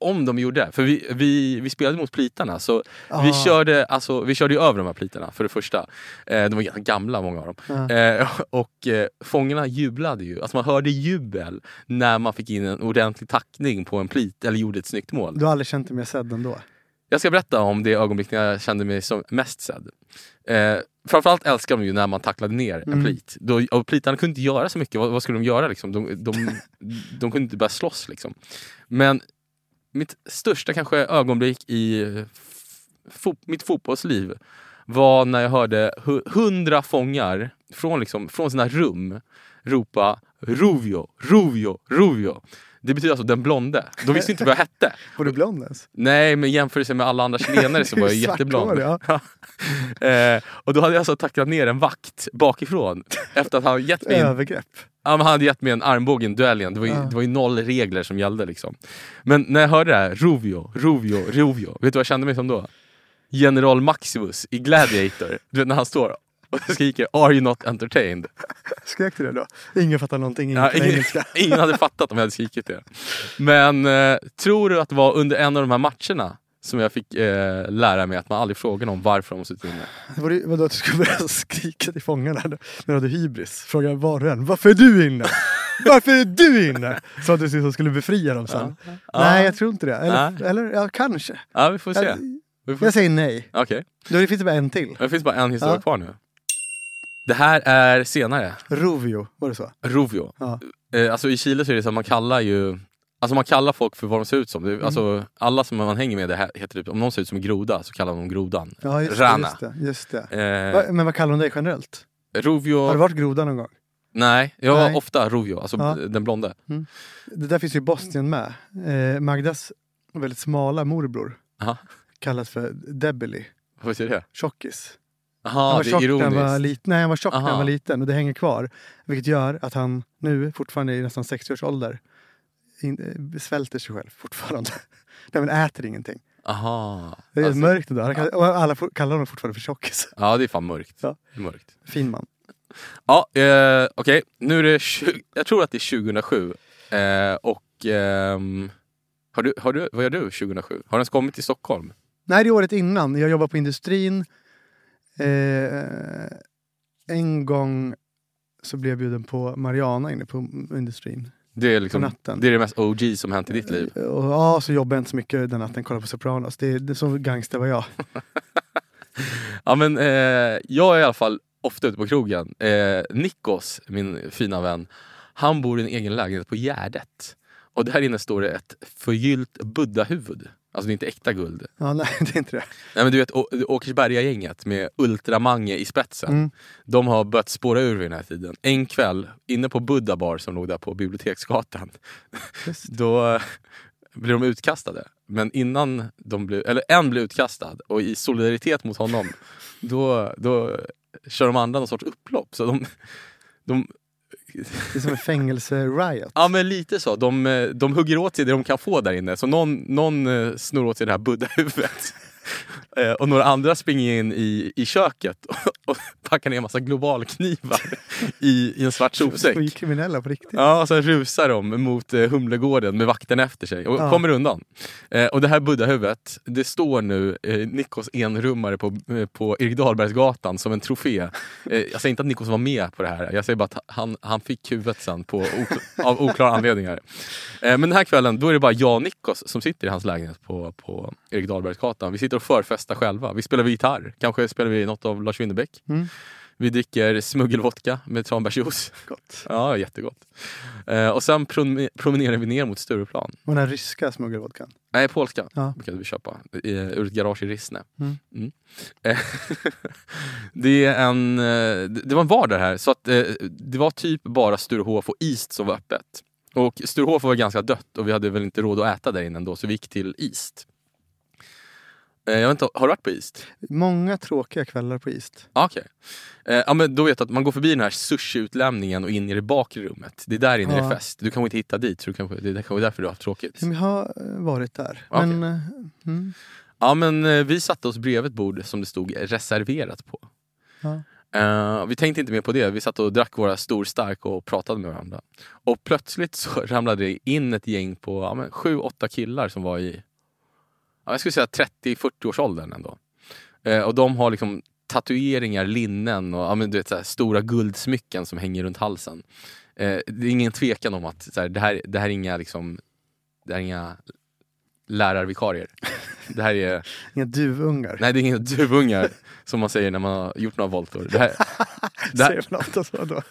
Speaker 2: Om de gjorde. För vi, vi, vi spelade mot plitarna, så vi,
Speaker 3: Ah.
Speaker 2: körde, alltså, vi körde ju över de här plitarna för det första. Eh, de var ganska gamla, många av dem.
Speaker 3: Ja.
Speaker 2: Eh, och eh, fångarna jublade ju. Alltså man hörde jubel när man fick in en ordentlig tackning på en plit eller gjorde ett snyggt mål.
Speaker 3: Du har aldrig känt dig mer sedd ändå?
Speaker 2: Jag ska berätta om det ögonblick när jag kände mig som mest sedd. Eh, framförallt älskar de ju när man tacklade ner en
Speaker 3: Mm.
Speaker 2: plit. Då, och plitarna kunde inte göra så mycket. Vad, vad skulle de göra? Liksom? De, de, de kunde inte börja slåss. Liksom. Men mitt största kanske ögonblick i eh, fo- mitt fotbollsliv var när jag hörde hu- hundra fångar från, liksom, från sina rum ropa Rovio, Rovio, Rovio. Det betyder alltså den blonde. De visste inte vad jag hette.
Speaker 3: Var du blond ens?
Speaker 2: Nej, men i jämförelse med alla andra chilenare så var jag
Speaker 3: Du är
Speaker 2: jätteblond.
Speaker 3: svarthårig,
Speaker 2: eh, och då hade jag alltså tacklat ner en vakt bakifrån efter att han gett mig, en,
Speaker 3: Övergrepp.
Speaker 2: ja, men han hade gett mig en armbåge i en duell igen. Det var, ju,
Speaker 3: Ja.
Speaker 2: det var ju noll regler som gällde. Liksom. Men när jag hörde det här, Rovio, Rovio, Rovio. Vet du vad jag kände mig som då? General Maximus i Gladiator. Du vet när han står och skriker “Are you not entertained?”
Speaker 3: Skrek du det då? Ingen fattar någonting, ingen
Speaker 2: Ja,
Speaker 3: kan
Speaker 2: ingen,
Speaker 3: engelska.
Speaker 2: ingen hade fattat om jag hade skrikit det. Men eh, tror du att det var under en av de här matcherna som jag fick eh, lära mig att man aldrig frågar någon varför de har suttit inne?
Speaker 3: Var det, vadå att du skulle börja skrika till fångarna när du hade hybris? Fråga var du än. Varför är du inne? Varför är du inne? Så att du liksom skulle befria dem sen. Nej, jag tror inte det. Eller,
Speaker 2: Ja.
Speaker 3: eller ja, kanske.
Speaker 2: Ja, vi får se.
Speaker 3: Jag,
Speaker 2: Vi får...
Speaker 3: jag
Speaker 2: se.
Speaker 3: säger nej.
Speaker 2: Okej,
Speaker 3: Då det finns det bara en till.
Speaker 2: det finns bara en historia
Speaker 3: Ja.
Speaker 2: kvar nu. Det här är senare.
Speaker 3: Rovio, var det så?
Speaker 2: Rovio.
Speaker 3: Ja.
Speaker 2: Eh, alltså i Chile så är det så att man kallar ju Alltså man kallar folk för vad de ser ut som. Det,
Speaker 3: Mm.
Speaker 2: alltså, alla som man hänger med det här, heter typ, om någon ser ut som en groda så kallar de grodan.
Speaker 3: Ja, just, det,
Speaker 2: Rana.
Speaker 3: just det. Just det.
Speaker 2: Eh,
Speaker 3: Va- Men vad kallar de dig generellt?
Speaker 2: Rovio...
Speaker 3: Har du varit groda någon gång?
Speaker 2: Nej, jag var
Speaker 3: Nej.
Speaker 2: ofta Rovio, alltså
Speaker 3: Ja.
Speaker 2: den blonde.
Speaker 3: Det där finns ju i Bosnien med. Eh, Magdas väldigt smala morbror
Speaker 2: Aha.
Speaker 3: kallas för Debeli,
Speaker 2: Vad betyder det?
Speaker 3: tjockis. han
Speaker 2: Jaha,
Speaker 3: var
Speaker 2: det är
Speaker 3: tjock när han
Speaker 2: ironiskt.
Speaker 3: var, lit- nej, han var, tjock när han
Speaker 2: Aha.
Speaker 3: var liten och det hänger kvar. Vilket gör att han nu, fortfarande i nästan 60 års ålder, in, eh, svälter sig själv fortfarande. nej men äter ingenting.
Speaker 2: Aha.
Speaker 3: Det är
Speaker 2: Alltså,
Speaker 3: mörkt idag. Han kall- och alla for- kallar honom fortfarande för tjockis.
Speaker 2: ja, det är fan mörkt.
Speaker 3: Ja.
Speaker 2: Det är mörkt.
Speaker 3: Fin man.
Speaker 2: Ja, eh, okej. Nu är det... 20, jag tror att det är 2007. Eh, och... ehm, har du, har du, vad gör du 2007? Har du ens kommit till Stockholm?
Speaker 3: Nej, det är året innan. Jag jobbar på industrin. Eh, en gång så blev jag bjuden på Mariana inne på industrin.
Speaker 2: Det är,
Speaker 3: På
Speaker 2: liksom,
Speaker 3: natten.
Speaker 2: det är det mest OG som hänt i ditt liv.
Speaker 3: Och, ja, så jobbade jag inte så mycket den natten. Kollade på Sopranos. Det, det, så gangster var jag.
Speaker 2: Ja, men, eh, jag är i alla fall ofta ute på krogen. Eh, Nikos, min fina vän, han bor i en egen lägenhet på Gärdet. Och där inne står det ett förgyllt buddahuvud. Alltså det är inte äkta guld.
Speaker 3: Ja, nej, det är inte det.
Speaker 2: Nej, men du vet Å- Åkersberga-gänget med Ultramange i spetsen.
Speaker 3: Mm.
Speaker 2: De har börjat spåra ur vid den här tiden. En kväll, inne på Buddha Bar som låg där på Biblioteksgatan,
Speaker 3: Just.
Speaker 2: då eh, blev de utkastade. Men innan de blev, eller en blev utkastad och i solidaritet mot honom, då, då kör de andra någon sorts upplopp. Så de, de,
Speaker 3: Det är som en fängelse-riot.
Speaker 2: ja men lite så. De, eh, de hugger åt sig det de kan få där inne. Så någon, någon eh, snor åt sig det här buddhahuvudet. Eh, och några andra springer in i, i köket och, och packar ner en massa globalknivar i, i en svart sopsäck.
Speaker 3: Så vi är kriminella på riktigt.
Speaker 2: Ja, och sen rusar de mot eh, Humlegården med vakten efter sig och
Speaker 3: Ja.
Speaker 2: kommer undan. Eh, och det här buddhahuvudet, det står nu eh, Nikos enrummare på, eh, på Erik Dahlbergsgatan som en trofé. Eh, jag säger inte att Nikos var med på det här, jag säger bara att han, han fick huvudet sen på, ok- av oklara anledningar. Eh, men den här kvällen, då är det bara jag och Nikos som sitter i hans lägenhet på, på Erik Dahlbergsgatan. Vi sitter och förfestar själva. Vi spelar vid gitarr, kanske spelar vi något av Lars Winnerbäck. Vi dricker smuggelvodka med tranbärsjuice.
Speaker 3: Gott.
Speaker 2: Ja, jättegott. Eh, och sen prom- promenerar vi ner mot Stureplan.
Speaker 3: Och den här ryska smuggelvodkan.
Speaker 2: Nej, polska
Speaker 3: Ja.
Speaker 2: brukade vi köpa. I, eh, ur ett garage i Rissne.
Speaker 3: Mm.
Speaker 2: Mm. Eh, det, är en, eh, det det var en vardag här, så att, eh, det var typ bara Sturehof och East som var öppet. Och Sturehof var ganska dött och vi hade väl inte råd att äta där inne ändå, så vi gick till East. Eh, jag vet inte, har du varit på East?
Speaker 3: Många tråkiga kvällar på East.
Speaker 2: Ah, Okej. Eh, ja, men då vet du att man går förbi den här sushiutlämningen och in i det bakre rummet. Det är där inne det är
Speaker 3: Ja.
Speaker 2: fest. Du kanske inte hitta dit, så du kanske, det är kanske därför du har haft tråkigt.
Speaker 3: Jag har eh, varit där.
Speaker 2: Okej.
Speaker 3: Men, eh, mm,
Speaker 2: Ja, men eh, vi satte oss bredvid ett bord som det stod reserverat på.
Speaker 3: ja.
Speaker 2: Eh, vi tänkte inte mer på det. Vi satt och drack våra stor stark och pratade med varandra. Och plötsligt så ramlade det in ett gäng på ja, men, sju, åtta killar som var i ja, jag skulle säga 30-40 års åldern ändå. Eh, och de har liksom tatueringar, linnen och ja, men, du vet, så här, stora guldsmycken som hänger runt halsen. Eh, det är ingen tvekan om att så här, det, här, det här är inga liksom, det här är inga lärarvikarier. Det här är
Speaker 3: Inga duvungar.
Speaker 2: Nej, det är inga duvungar som man säger när man har gjort några voltor. Det här, det här,
Speaker 3: Säger man ofta så då.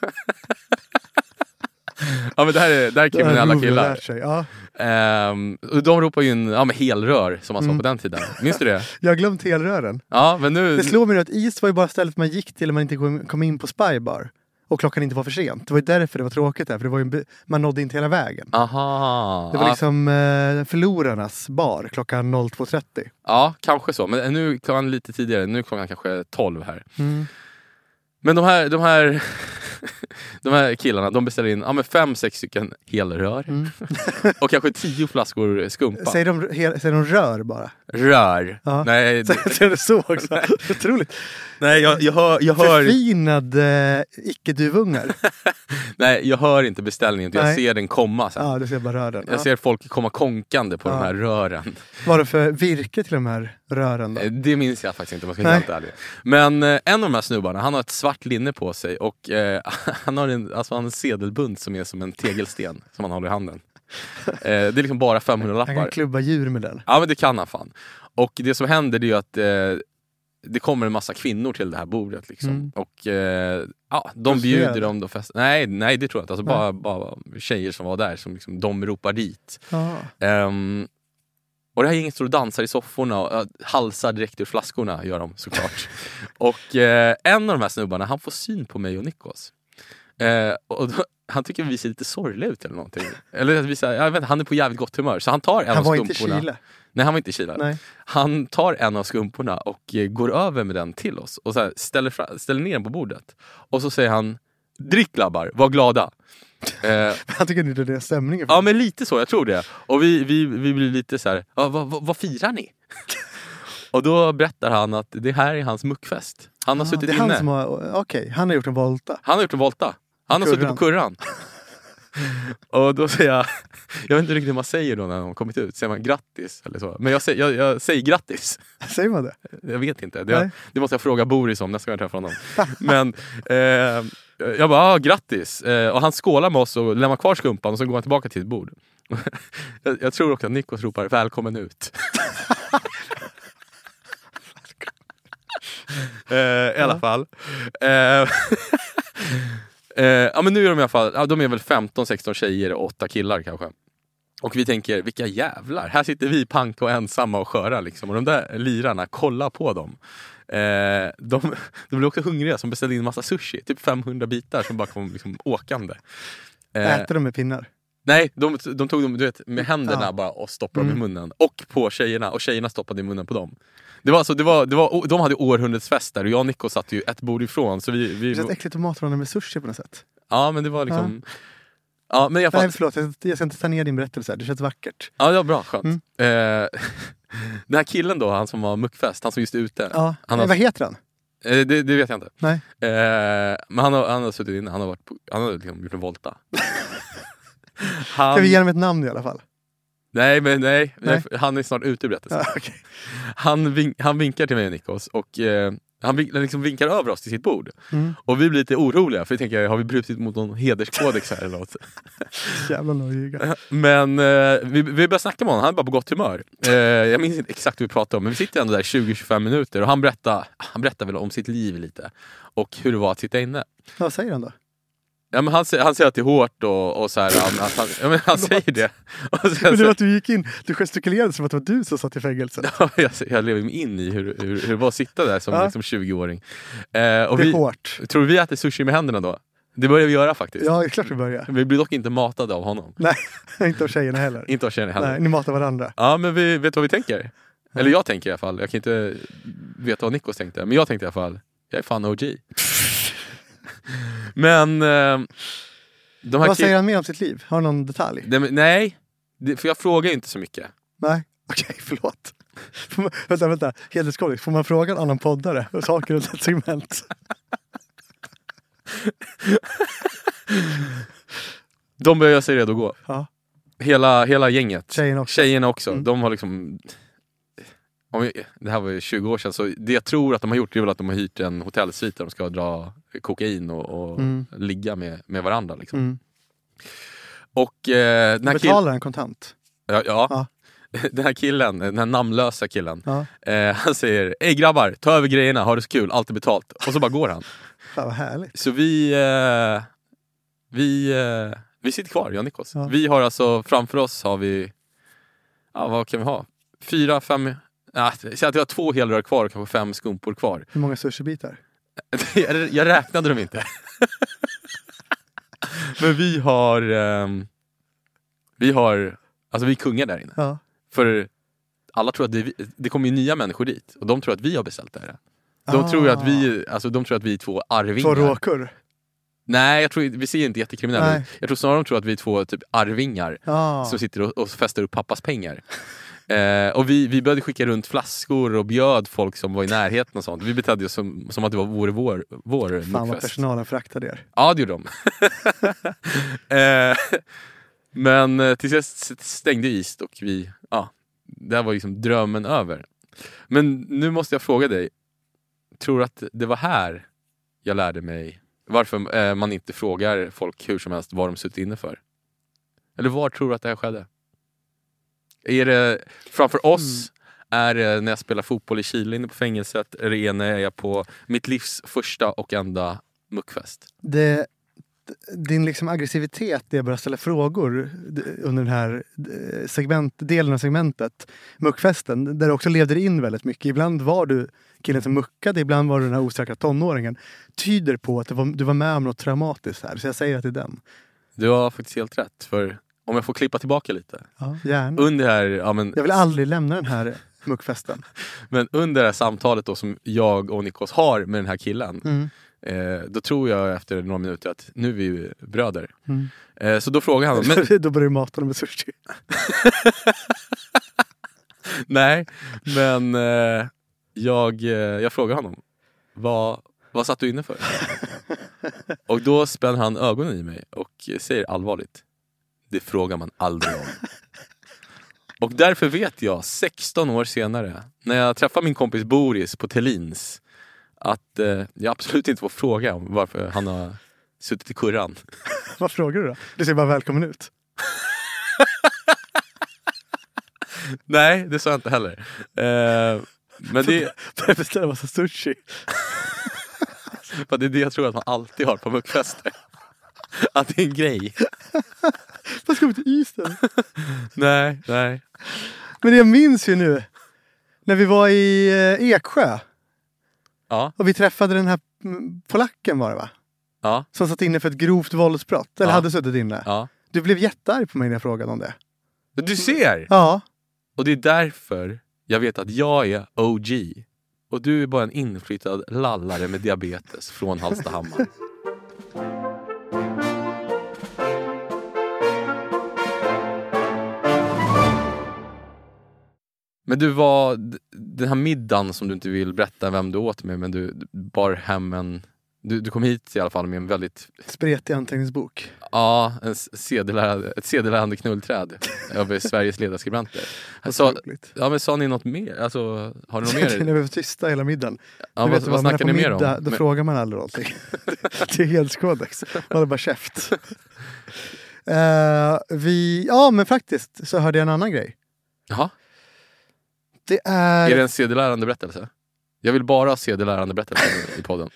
Speaker 2: ja, men det här är, det här är
Speaker 3: Det har
Speaker 2: kriminella
Speaker 3: Rove
Speaker 2: killar.
Speaker 3: lärt sig. Ja.
Speaker 2: Ehm, och de ropar ju in ja, men helrör, som man sa
Speaker 3: Mm.
Speaker 2: på den tiden. Minns du det?
Speaker 3: Jag har glömt helrören.
Speaker 2: Ja, men nu...
Speaker 3: Det slår mig nu att East var ju bara stället man gick till om man inte kom- kom in på Spybar. Och klockan inte var för sent. Det var ju därför det var tråkigt där. För det var ju en by- man nådde inte hela vägen.
Speaker 2: Aha.
Speaker 3: Det var liksom eh, förlorarnas bar klockan 02.30.
Speaker 2: Ja, kanske så. Men nu är klockan lite tidigare. Nu är klockan kanske 12 här.
Speaker 3: Mm.
Speaker 2: Men de här, de här, de här killarna, de beställer in ja, men fem, sex stycken helrör.
Speaker 3: Mm.
Speaker 2: och kanske tio flaskor skumpa.
Speaker 3: Säger, de, hel- säger de rör bara?
Speaker 2: Rör.
Speaker 3: Ja.
Speaker 2: Nej,
Speaker 3: Säger säger de så också? Otroligt.
Speaker 2: nej jag, jag hör... Jag hör...
Speaker 3: Förfinad eh, icke-duvungar.
Speaker 2: Nej, jag hör inte beställningen. Jag
Speaker 3: Nej.
Speaker 2: ser den komma sen.
Speaker 3: Ja, du ser bara rören.
Speaker 2: Jag ser folk komma konkande på de
Speaker 3: Ja.
Speaker 2: här rören.
Speaker 3: Vad det för virke till de här rören då?
Speaker 2: Eh, Det minns jag faktiskt inte om jag ska vara helt ärlig. Men eh, en av de här snubbarna, han har ett svart linne på sig och eh, han har en, alltså, han har en sedelbunt som är som en tegelsten som han håller i handen. Eh, det är liksom bara
Speaker 3: Han kan
Speaker 2: 500-lappar.
Speaker 3: klubba djur med den.
Speaker 2: Ja men det kan han fan. Och det som händer det är ju att eh, det kommer en massa kvinnor till det här bordet. Liksom.
Speaker 3: Mm.
Speaker 2: Och eh, ja, de
Speaker 3: Prostituerade.
Speaker 2: bjuder dem, de festar. Nej, nej det tror jag inte. Alltså, bara, bara tjejer som var där som liksom, de ropar dit.
Speaker 3: Ja.
Speaker 2: Ehm, och det här gänget står och dansar i sofforna och eh, halsar direkt ur flaskorna gör de såklart. och eh, en av de här snubbarna han får syn på mig och Nikos. Eh, och då, han tycker vi ser lite sorgliga ut eller någonting. Eller att vi säger, jag vet inte, han är på jävligt gott humör. Så han tar en
Speaker 3: Han
Speaker 2: av
Speaker 3: var
Speaker 2: skumporna.
Speaker 3: inte i Chile.
Speaker 2: Nej, han var inte i Chile.
Speaker 3: Nej.
Speaker 2: Han tar en av skumporna och eh, går över med den till oss och så här ställer, fra- ställer ner den på bordet. Och så säger han, drick labbar, var glada. Eh,
Speaker 3: Han tycker inte det är stämningen.
Speaker 2: Ja men lite så, jag tror det. Och vi, vi, vi blir lite så här, ja, vad, vad, vad firar ni? och då berättar han att det här är hans muckfest. Han har
Speaker 3: Ah,
Speaker 2: suttit
Speaker 3: det
Speaker 2: inne.
Speaker 3: är han som har, okej, han har gjort en volta.
Speaker 2: Han har gjort en volta. Han har suttit på kurran. och då säger jag, jag vet inte riktigt hur man säger då när de har kommit ut. Säger man grattis eller så? Men jag säger, jag, jag säger grattis.
Speaker 3: Säger man det?
Speaker 2: Jag vet inte.
Speaker 3: Nej.
Speaker 2: Det, det måste jag fråga Boris om nästa gång jag träffar honom. Men eh, jag bara, ah, grattis! Eh, och han skålar med oss och lämnar kvar skumpan och så går han tillbaka till ett bord. jag, jag tror också att Nikos ropar välkommen ut. eh, I alla fall. Eh, Eh, ja men nu är de i alla fall, ja, de är väl 15-16 tjejer och 8 killar kanske. Och vi tänker, vilka jävlar! Här sitter vi panka och ensamma och sköra liksom. Och de där lirarna, kolla på dem! Eh, de, de blev också hungriga som beställde in massa sushi, typ 500 bitar som bara kom liksom, åkande. Eh,
Speaker 3: Äter de med pinnar?
Speaker 2: nej, de, de tog dem du vet, med händerna
Speaker 3: Ja. Mm.
Speaker 2: bara och stoppade dem i munnen. Och på tjejerna, och tjejerna stoppade i munnen på dem. Det var alltså, det var, det var, de hade århundradets fest där och jag och Nico satt ju ett bord ifrån. Så vi,
Speaker 3: Det
Speaker 2: vi,
Speaker 3: känns äckligt att mata honom med sushi på något sätt.
Speaker 2: ja men det var liksom... Ja, men i alla fall,
Speaker 3: Nej förlåt, jag, jag ska inte ta ner din berättelse. här. Det känns vackert.
Speaker 2: Ja, det var bra.
Speaker 3: Mm.
Speaker 2: Skönt. Eh, den här killen då, han som var muckfest, han som just är ute.
Speaker 3: Ja.
Speaker 2: Han har-
Speaker 3: Vad heter han?
Speaker 2: Eh, det, det vet jag inte.
Speaker 3: Nej.
Speaker 2: Eh, men han har, han har suttit inne, han har, varit på, han har liksom gjort en volta.
Speaker 3: Ska
Speaker 2: han,
Speaker 3: vi ge honom ett namn i alla fall?
Speaker 2: nej, men nej,
Speaker 3: Nej.
Speaker 2: nej. Han är snart ute i berättelsen.
Speaker 3: Ja, okej.
Speaker 2: Han, vink, han vinkar till mig och Nikos och eh, Han vink- han liksom vinkar över oss till sitt bord.
Speaker 3: Mm.
Speaker 2: Och vi blir lite oroliga för vi tänker, har vi brutit mot någon hederskodex här eller något?
Speaker 3: Jävla nojiga.
Speaker 2: Men eh, vi, vi började snacka med honom, han var på gott humör. Eh, jag minns inte exakt vad vi pratade om, men vi sitter ändå där 20-25 minuter och han berättar, han berättar väl om sitt liv lite. Och hur det var att sitta inne.
Speaker 3: Vad säger han då?
Speaker 2: Ja, men han, säger, han säger att det är hårt och, och så här, han, att han, ja, men han säger det. Och sen,
Speaker 3: Men det
Speaker 2: så-
Speaker 3: var att du gick in, du gestikulerade som att det var du som satt i fängelset.
Speaker 2: Alltså- Ja, jag, jag lever mig in i hur, hur, hur det var att sitta där som
Speaker 3: Ja.
Speaker 2: liksom 20-åring. Eh, och
Speaker 3: det är
Speaker 2: vi,
Speaker 3: hårt.
Speaker 2: tror vi äter sushi med händerna då? Det började vi göra faktiskt.
Speaker 3: Ja, det är klart vi börjar.
Speaker 2: Vi blir dock inte matade av honom.
Speaker 3: Nej, inte av tjejerna heller.
Speaker 2: Inte av tjejerna heller.
Speaker 3: Nej, ni matar varandra.
Speaker 2: Ja, men vi vet vad vi tänker. Eller jag tänker i alla fall. Jag kan inte veta vad Nikos tänkte. Men jag tänkte i alla fall, jag är fan OG. men... Eh, de här
Speaker 3: Vad
Speaker 2: kill-
Speaker 3: säger han mer om sitt liv? Har han någon detalj?
Speaker 2: Nej, men- Nej, det, för jag frågar inte så mycket.
Speaker 3: Nej, okej, förlåt. Får man, vänta, vänta. Hederskodex, får man fråga en annan poddare om saker under ett segment?
Speaker 2: De börjar göra sig redo att gå.
Speaker 3: Ja.
Speaker 2: Hela, hela gänget.
Speaker 3: Tjejerna också.
Speaker 2: Tjejerna också.
Speaker 3: Mm.
Speaker 2: De har liksom... Om vi, det här var ju 20 år sedan, så det jag tror att de har gjort det är väl att de har hyrt en hotellsvit där de ska dra kokain och, och
Speaker 3: Mm.
Speaker 2: ligga med, med varandra. Liksom.
Speaker 3: Mm.
Speaker 2: Och eh, den här killen...
Speaker 3: Betalar han kontant?
Speaker 2: Ja, ja.
Speaker 3: Ja.
Speaker 2: Den här killen, den här namnlösa killen,
Speaker 3: Ja,
Speaker 2: eh, han säger Ey grabbar, ta över grejerna, ha det så kul, allt är betalt. Och så bara går han.
Speaker 3: fan vad härligt.
Speaker 2: Så vi... Eh, vi, eh, vi sitter kvar, jag och Nikos.
Speaker 3: Ja.
Speaker 2: Vi har alltså, framför oss har vi... Ja, vad kan vi ha? Fyra, fem... Äh, säg att vi har två helrör kvar och kanske fem skumpor kvar.
Speaker 3: Hur många sushibitar?
Speaker 2: jag, jag räknade dem inte. Men vi har... ehm, vi har... Alltså vi är kungar där inne.
Speaker 3: Ja.
Speaker 2: För alla tror att det, är vi- det kommer ju nya människor dit och de tror att vi har beställt det här. De, tror ju att vi, alltså, de tror att vi är två
Speaker 3: Ah. Två
Speaker 2: arvingar.
Speaker 3: råkur?
Speaker 2: Nej, jag tror, vi ser inte jättekriminella
Speaker 3: Nej.
Speaker 2: ut. Jag tror snarare de tror att vi är två typ arvingar
Speaker 3: Ja.
Speaker 2: som sitter och, och festar upp pappas pengar. Eh, och vi, vi började skicka runt flaskor och bjöd folk som var i närheten och sånt. Vi betedde oss som, som att det var vore vår, vår
Speaker 3: Fan vad
Speaker 2: muckfest.
Speaker 3: personalen föraktade er.
Speaker 2: Ja, det gjorde de. eh, men eh, till sist stängde is och vi... Ja, det här var liksom drömmen över. Men nu måste jag fråga dig. Tror du att det var här jag lärde mig varför eh, man inte frågar folk hur som helst vad de suttit inne för? Eller var tror du att det här skedde? Är det framför oss? Är det när jag spelar fotboll i Chile inne på fängelset? Eller är det när jag är på mitt livs första och enda muckfest?
Speaker 3: Det, din liksom aggressivitet när jag började ställa frågor d- under den här d- segment, delen av segmentet, muckfesten, där du också levde dig in väldigt mycket. Ibland var du killen som muckade, ibland var du den här osäkra tonåringen. Tyder på att det var, du var med om något traumatiskt här, så jag säger att det är den.
Speaker 2: Du har faktiskt helt rätt. För om jag får klippa tillbaka lite.
Speaker 3: Ja, gärna.
Speaker 2: Under det här, ja, men,
Speaker 3: Jag vill aldrig lämna den här muckfesten.
Speaker 2: men under det här samtalet då, som jag och Nikos har med den här killen.
Speaker 3: Mm.
Speaker 2: Eh, då tror jag efter några minuter att nu är vi ju bröder.
Speaker 3: Mm.
Speaker 2: Eh, så då frågar han. Men,
Speaker 3: Då börjar du mata honom med sushi.
Speaker 2: nej, men eh, jag, eh, jag frågar honom. Vad, vad satt du inne för? och då spänner han ögonen i mig och säger allvarligt. Det frågar man aldrig om. Och därför vet jag, 16 år senare, när jag träffar min kompis Boris på Tellins att eh, jag absolut inte får fråga om varför han har suttit i kurran.
Speaker 3: Vad frågar du då? Du säger bara välkommen ut.
Speaker 2: Nej, det sa jag inte heller. Eh, men det,
Speaker 3: Börjar beställa massa sushi.
Speaker 2: för det är det jag tror att man alltid har på muckfester. Att det är en grej.
Speaker 3: Vad ska vi till isen?
Speaker 2: Nej, nej.
Speaker 3: Men jag minns ju nu när vi var i eh, Eksjö
Speaker 2: Ja,
Speaker 3: och vi träffade den här mm, polacken var det va?
Speaker 2: ja,
Speaker 3: Som satt inne för ett grovt våldsbrott. Eller
Speaker 2: Ja.
Speaker 3: hade suttit inne.
Speaker 2: ja.
Speaker 3: Du blev jättearg på mig när jag frågade om det.
Speaker 2: Du ser!
Speaker 3: Ja,
Speaker 2: Och det är därför jag vet att jag är OG. Och du är bara en inflyttad lallare med diabetes från Hallstahammar. Men du var, d- den här middagen som du inte vill berätta vem du åt med, men du du bar hem en Du, du kom hit i alla fall med en väldigt,
Speaker 3: Spretig anteckningsbok.
Speaker 2: ja, en s- sedelärande, ett sedelärande knullträd över Sveriges ledarskribenter. Sa,
Speaker 3: Otroligt.
Speaker 2: ja, men sa ni något mer? Alltså, har ni något mer?
Speaker 3: När vi var tysta hela middagen.
Speaker 2: Ja,
Speaker 3: Du
Speaker 2: vad
Speaker 3: vet
Speaker 2: vad
Speaker 3: man är
Speaker 2: snackar
Speaker 3: på
Speaker 2: ni mer om?
Speaker 3: middag, Då
Speaker 2: Men-
Speaker 3: frågar man aldrig någonting. det är helt kodex. Man har bara käft. Eh, vi, ja men faktiskt så hörde jag en annan grej.
Speaker 2: Jaha,
Speaker 3: Det är,
Speaker 2: är det en sedelärande berättelse? Jag vill bara ha sedelärande berättelser i podden.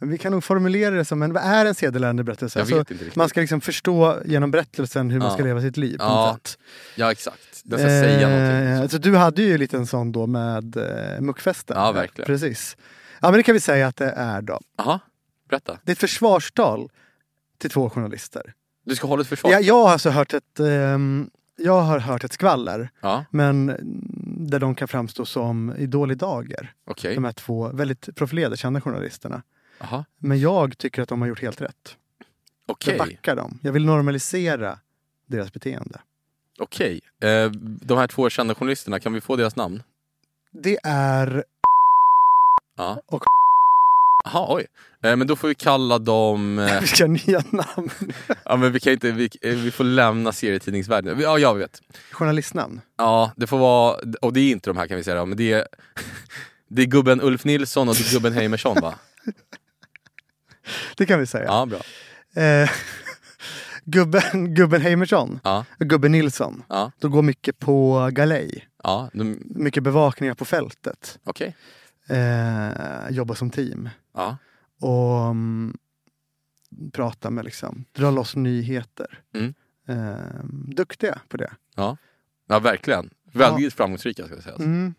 Speaker 3: Vi kan nog formulera det som en, vad är en sedelärande berättelse?
Speaker 2: Jag
Speaker 3: Alltså,
Speaker 2: vet inte riktigt.
Speaker 3: man ska liksom förstå genom berättelsen hur man
Speaker 2: Ja.
Speaker 3: ska leva sitt liv. på
Speaker 2: Ja,
Speaker 3: något sätt.
Speaker 2: Ja, exakt. Den ska säga
Speaker 3: Eh,
Speaker 2: någonting.
Speaker 3: Så du hade ju lite en sån då med eh, muckfesten.
Speaker 2: Ja, verkligen.
Speaker 3: Precis. Ja men det kan vi säga att det är då.
Speaker 2: Jaha, berätta.
Speaker 3: Det är ett försvarstal till två journalister.
Speaker 2: Du ska hålla ett försvar?
Speaker 3: Jag, jag har alltså hört ett, ehm, jag har hört ett skvaller,
Speaker 2: Ja,
Speaker 3: men mm, där de kan framstå som i dålig dager.
Speaker 2: okej.
Speaker 3: De här två väldigt profilerade, kända journalisterna.
Speaker 2: Jaha,
Speaker 3: Men jag tycker att de har gjort helt rätt.
Speaker 2: okej.
Speaker 3: Jag backar dem. Jag vill normalisera deras beteende.
Speaker 2: Okej. Eh, de här två kända journalisterna, kan vi få deras namn?
Speaker 3: Det är...
Speaker 2: Ja.
Speaker 3: Och-
Speaker 2: Jaha, oj. Eh, men då får vi kalla dem... Eh,
Speaker 3: Vilka nya namn!
Speaker 2: ja, men vi kan inte... Vi, eh, vi får lämna serietidningsvärlden. Ja, jag vet.
Speaker 3: Journalistnamn.
Speaker 2: Ja, det får vara... Och det är inte de här kan vi säga då, men det är... Det är gubben Ulf Nilsson och det är gubben Heimersson va?
Speaker 3: Det kan vi säga.
Speaker 2: Ja, bra.
Speaker 3: Eh, gubben, gubben Heimersson
Speaker 2: Ja,
Speaker 3: och gubben Nilsson.
Speaker 2: ja,
Speaker 3: De går mycket på galej.
Speaker 2: ja. de-
Speaker 3: Mycket bevakningar på fältet.
Speaker 2: Okej.
Speaker 3: Eh, jobbar som team.
Speaker 2: Ja.
Speaker 3: och mm, prata med liksom, dra loss nyheter.
Speaker 2: Mm.
Speaker 3: Ehm, duktiga på det.
Speaker 2: ja, verkligen. Väldigt framgångsrika ska jag säga.
Speaker 3: Mm.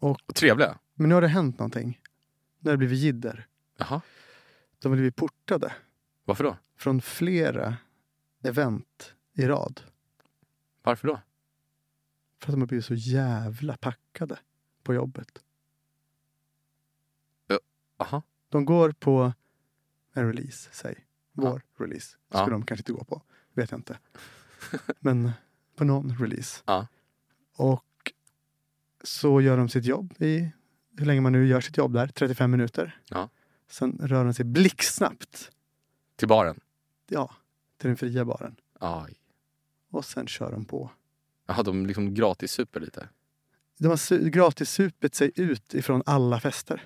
Speaker 2: Och trevliga.
Speaker 3: Men nu har det hänt någonting. Nu har det blivit jidder.
Speaker 2: Jaha,
Speaker 3: De har blivit portade
Speaker 2: varför då?
Speaker 3: från flera event i rad.
Speaker 2: Varför då?
Speaker 3: För att de har blivit så jävla packade på jobbet.
Speaker 2: Jaha,
Speaker 3: De går på en release, säg. Vår release skulle
Speaker 2: Ja.
Speaker 3: de kanske inte gå på. Vet jag inte. Men på någon release.
Speaker 2: Ja.
Speaker 3: Och så gör de sitt jobb i, hur länge man nu gör sitt jobb där, 35 minuter.
Speaker 2: Ja.
Speaker 3: Sen rör de sig blixtsnabbt,
Speaker 2: till baren?
Speaker 3: ja, till den fria baren.
Speaker 2: Aj.
Speaker 3: Och sen kör de på.
Speaker 2: Jaha, de liksom gratis super lite?
Speaker 3: De har su- gratis supit sig ut ifrån alla fester.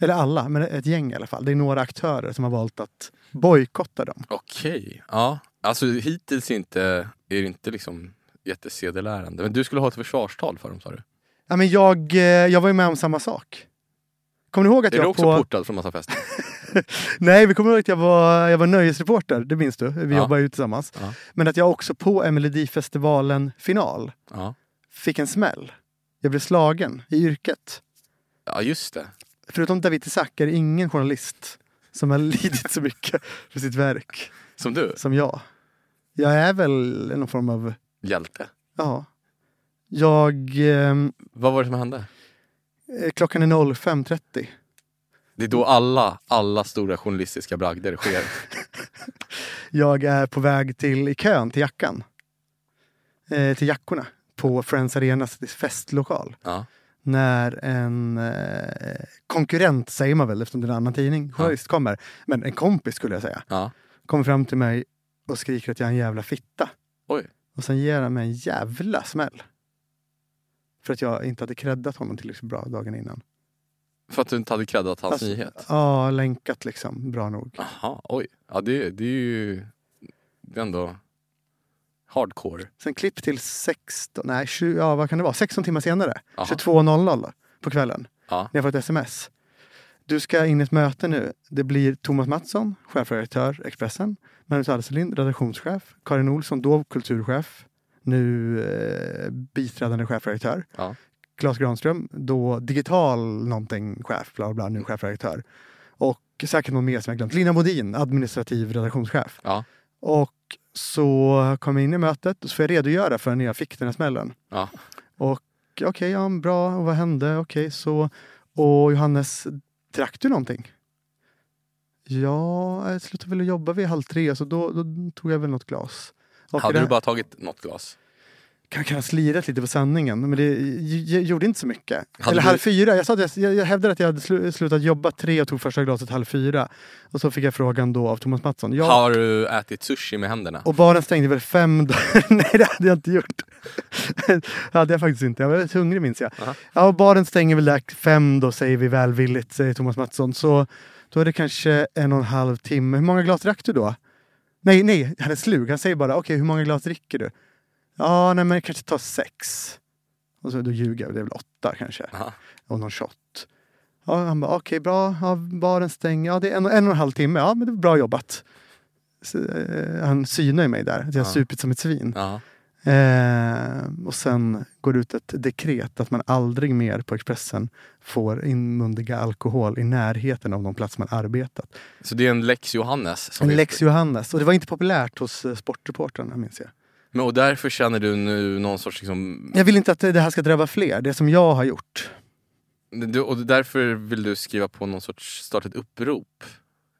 Speaker 3: Eller alla, men ett gäng i alla fall. Det är några aktörer som har valt att bojkotta dem.
Speaker 2: Okej, ja. Alltså hittills inte, är det inte liksom jättesedelärande. Men du skulle ha ett försvarstal för dem sa du? Är
Speaker 3: Ja, men jag, eh, jag var ju med om samma sak. Kommer du ihåg att
Speaker 2: du
Speaker 3: jag
Speaker 2: också
Speaker 3: på...
Speaker 2: portad från massa fester?
Speaker 3: Nej, vi kommer ihåg att jag var, jag var nöjesreporter, det minns du. Vi
Speaker 2: Ja.
Speaker 3: jobbar ju tillsammans.
Speaker 2: Ja.
Speaker 3: Men att jag också på Melodifestivalen final
Speaker 2: Ja.
Speaker 3: fick en smäll. Jag blev slagen i yrket.
Speaker 2: ja, just det.
Speaker 3: Förutom David Isaak är det ingen journalist som har lidit så mycket för sitt verk
Speaker 2: Som du,
Speaker 3: som jag. Jag är väl någon form av...
Speaker 2: hjälte.
Speaker 3: Ja. Jag... Eh,
Speaker 2: Vad var det som hände?
Speaker 3: klockan är 05.30.
Speaker 2: Det är då alla, alla stora journalistiska bragder sker.
Speaker 3: Jag är på väg till, i kön till jackan. Eh, till jackorna på Friends Arenas festlokal.
Speaker 2: Ja.
Speaker 3: När en eh, konkurrent, säger man väl eftersom det är en annan tidning, journalist kommer. Men en kompis skulle jag säga.
Speaker 2: Ja.
Speaker 3: Kommer fram till mig och skriker att jag är en jävla fitta.
Speaker 2: Oj.
Speaker 3: Och sen ger han mig en jävla smäll. För att jag inte hade creddat honom tillräckligt bra dagen innan.
Speaker 2: För att du inte hade creddat hans
Speaker 3: Alltså-
Speaker 2: nyhet?
Speaker 3: Ja, länkat liksom bra nog.
Speaker 2: Jaha, oj. Ja, det, det är ju det är ändå hardcore.
Speaker 3: Sen klipp till 16, nej 20, ja vad kan det vara, 16 timmar senare.
Speaker 2: Aha.
Speaker 3: 22.00 på kvällen.
Speaker 2: Ja.
Speaker 3: När jag får ett sms. Du ska in i ett möte nu. Det blir Thomas Mattsson, chefredaktör Expressen. Magnus Alselin, redaktionschef. Karin Olsson, då kulturchef. Nu eh, biträdande chefredaktör.
Speaker 2: Ja.
Speaker 3: Claes Granström, då digital någonting chef, bla bla, bla, nu chefredaktör. Och säkert någon mer som jag glömt. Lina Bodin, administrativ redaktionschef.
Speaker 2: Ja.
Speaker 3: Och så kom jag in i mötet och så får jag redogöra för när jag fick den här smällen.
Speaker 2: Ja.
Speaker 3: Och okej, ja, bra, och vad hände? Okej, så... Och Johannes, drack du någonting? Ja, jag slutade väl att jobba vid halv tre, så då, då tog jag väl något glas. Och
Speaker 2: Hade
Speaker 3: det-
Speaker 2: du bara tagit något glas?
Speaker 3: kan- kan ha slirat lite på sanningen, men det j- j- gjorde inte så mycket.
Speaker 2: Hade
Speaker 3: Eller
Speaker 2: du-
Speaker 3: halv fyra. Jag, sa att jag, jag hävdade att jag hade slu- slutat jobba tre och tog första glaset halv fyra. Och så fick jag frågan då av Thomas Mattsson. Ja,
Speaker 2: Har du ätit sushi med händerna?
Speaker 3: och baren stängde väl fem dagar? Nej, det hade jag inte gjort. det hade jag faktiskt inte. Jag var väldigt hungrig minns jag.
Speaker 2: Aha.
Speaker 3: Ja, och baren stänger väl där fem då, säger vi välvilligt, säger Thomas Mattsson. Så då är det kanske en och en halv timme. Hur många glas drack du då? Nej, nej, han är slug. Han säger bara, okej, hur många glas dricker du? Ja, nej, men jag kanske tar sex. Och så, då ljuger jag, det är väl åtta kanske.
Speaker 2: Aha.
Speaker 3: Och någon shot. Ja, han bara, okej, bra. Ja, baren stänger. Ja, det är en, en och en halv timme. Ja, men det är bra jobbat. Så, eh, han synar ju mig där, att jag har
Speaker 2: Ja.
Speaker 3: supit som ett svin.
Speaker 2: Ja.
Speaker 3: Eh, och sen går det ut ett dekret att man aldrig mer på Expressen får inmundiga alkohol i närheten av någon plats man arbetat.
Speaker 2: Så det är en lex Johannes? Som
Speaker 3: En
Speaker 2: vi-
Speaker 3: Lex Johannes. Och det var inte populärt hos eh, sportreportrarna, minns jag.
Speaker 2: Men, och därför känner du nu någon sorts liksom...
Speaker 3: Jag vill inte att det här ska drabba fler, det som jag har gjort.
Speaker 2: Du, och därför vill du skriva på någon sorts, starta ett upprop?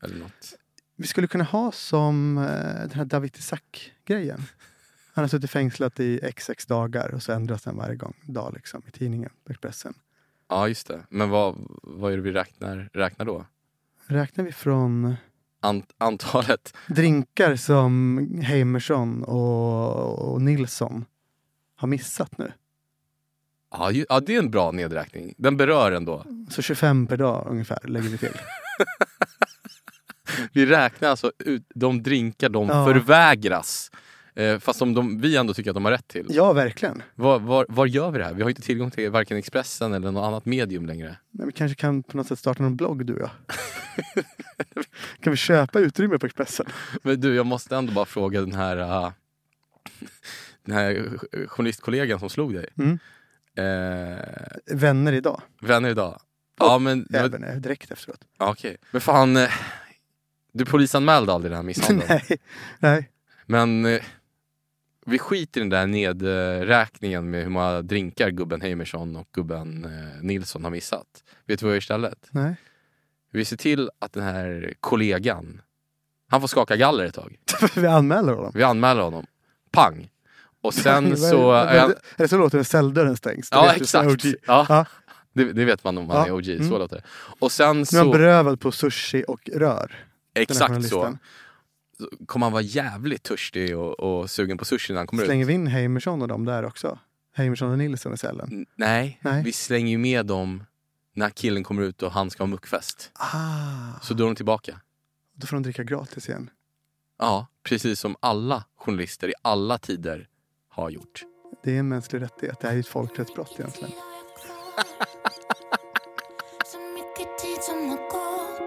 Speaker 2: Eller något?
Speaker 3: vi skulle kunna ha som eh, den här David Isaac-grejen. Han har suttit fängslat i xx dagar och så ändras den varje gång, dag liksom, i tidningen, på Expressen.
Speaker 2: Ja, just det. Men vad, vad är det vi räknar, räknar då?
Speaker 3: Räknar vi från
Speaker 2: Ant, antalet?
Speaker 3: drinkar som Heimersson och, och Nilsson har missat nu?
Speaker 2: Ja, ju, ja, det är en bra nedräkning. Den berör ändå.
Speaker 3: Så 25 per dag ungefär lägger vi till.
Speaker 2: Vi räknar alltså ut de drinkar de
Speaker 3: Ja.
Speaker 2: förvägras. Eh, fast som de, vi ändå tycker att de har rätt till.
Speaker 3: Ja, verkligen.
Speaker 2: Var, var, var gör vi det här? Vi har inte tillgång till varken Expressen eller något annat medium längre.
Speaker 3: Men vi kanske kan på något sätt starta någon blogg du och jag. kan vi köpa utrymme på Expressen?
Speaker 2: Men du, jag måste ändå bara fråga den här, eh, den här journalistkollegan som slog dig.
Speaker 3: Mm.
Speaker 2: Eh,
Speaker 3: Vänner idag,
Speaker 2: vänner idag? Ja, men, ja,
Speaker 3: även eh, direkt efteråt.
Speaker 2: okej. men fan, eh, du polisanmälde aldrig den här misshandeln.
Speaker 3: nej, nej.
Speaker 2: Men eh, vi skiter i den där nedräkningen med hur många drinkar gubben Heimersson och gubben eh, Nilsson har missat. Vet du vad vi gör istället?
Speaker 3: nej.
Speaker 2: Vi ser till att den här kollegan, han får skaka galler ett tag.
Speaker 3: vi anmäler honom.
Speaker 2: Vi anmäler honom. Pang! Och sen så...
Speaker 3: Vad är-
Speaker 2: är
Speaker 3: vad
Speaker 2: han-
Speaker 3: är- Eller så låter det celldörren stängs. Det
Speaker 2: ja,
Speaker 3: vet du, så
Speaker 2: exakt.
Speaker 3: OG. Ja.
Speaker 2: Ja. Det, det vet man om man
Speaker 3: Ja.
Speaker 2: är OG, så
Speaker 3: Mm.
Speaker 2: låter det. Och sen
Speaker 3: Nu är han
Speaker 2: så...
Speaker 3: berövad på sushi och rör. Den här
Speaker 2: Exakt så.
Speaker 3: journalisten.
Speaker 2: så Kommer han vara jävligt törstig och, och sugen på sushi när han kommer ut?
Speaker 3: Slänger vi in Heimersson och dem där också? Heimersson och Nilsson i cellen.
Speaker 2: N- Nej,
Speaker 3: Nej.
Speaker 2: vi slänger ju med dem när killen kommer ut och han ska ha muckfest.
Speaker 3: Ah,
Speaker 2: Så då är de tillbaka.
Speaker 3: då får de dricka gratis igen.
Speaker 2: Ja, precis som alla journalister i alla tider har gjort.
Speaker 3: Det är en mänsklig rättighet. Det här är ju ett folkrättsbrott egentligen.
Speaker 4: Så mycket tid som har gått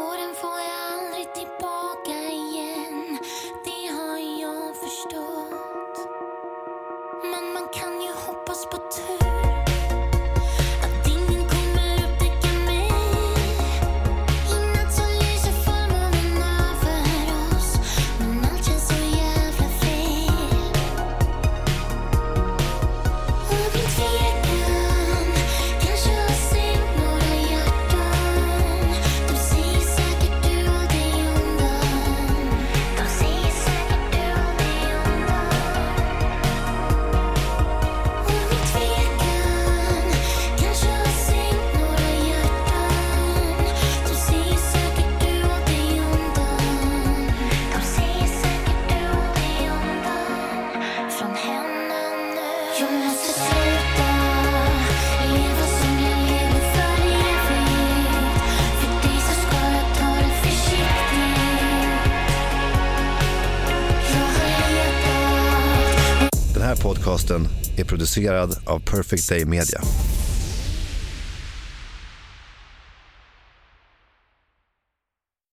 Speaker 4: och den får jag aldrig tillbaka igen Det har jag förstått Men man kan ju hoppas på tur Att ingen kommer upptäcka mig Innan så lyser förmånen över oss Men allt känns så jävla fel och din tvekan kanske har sänkt några hjärtan De säger säkert du håll dig undan De säger säkert du håll dig undan Och din tvekan kanske har sänkt några hjärtan De säger säkert du håll dig undan De säger säkert du håll dig undan från henne nu Jag måste sluta leva som jag lever för evigt För dig så ska jag ta det försiktigt Jag har letat
Speaker 5: Den här podcasten är producerad av Perfect Day Media.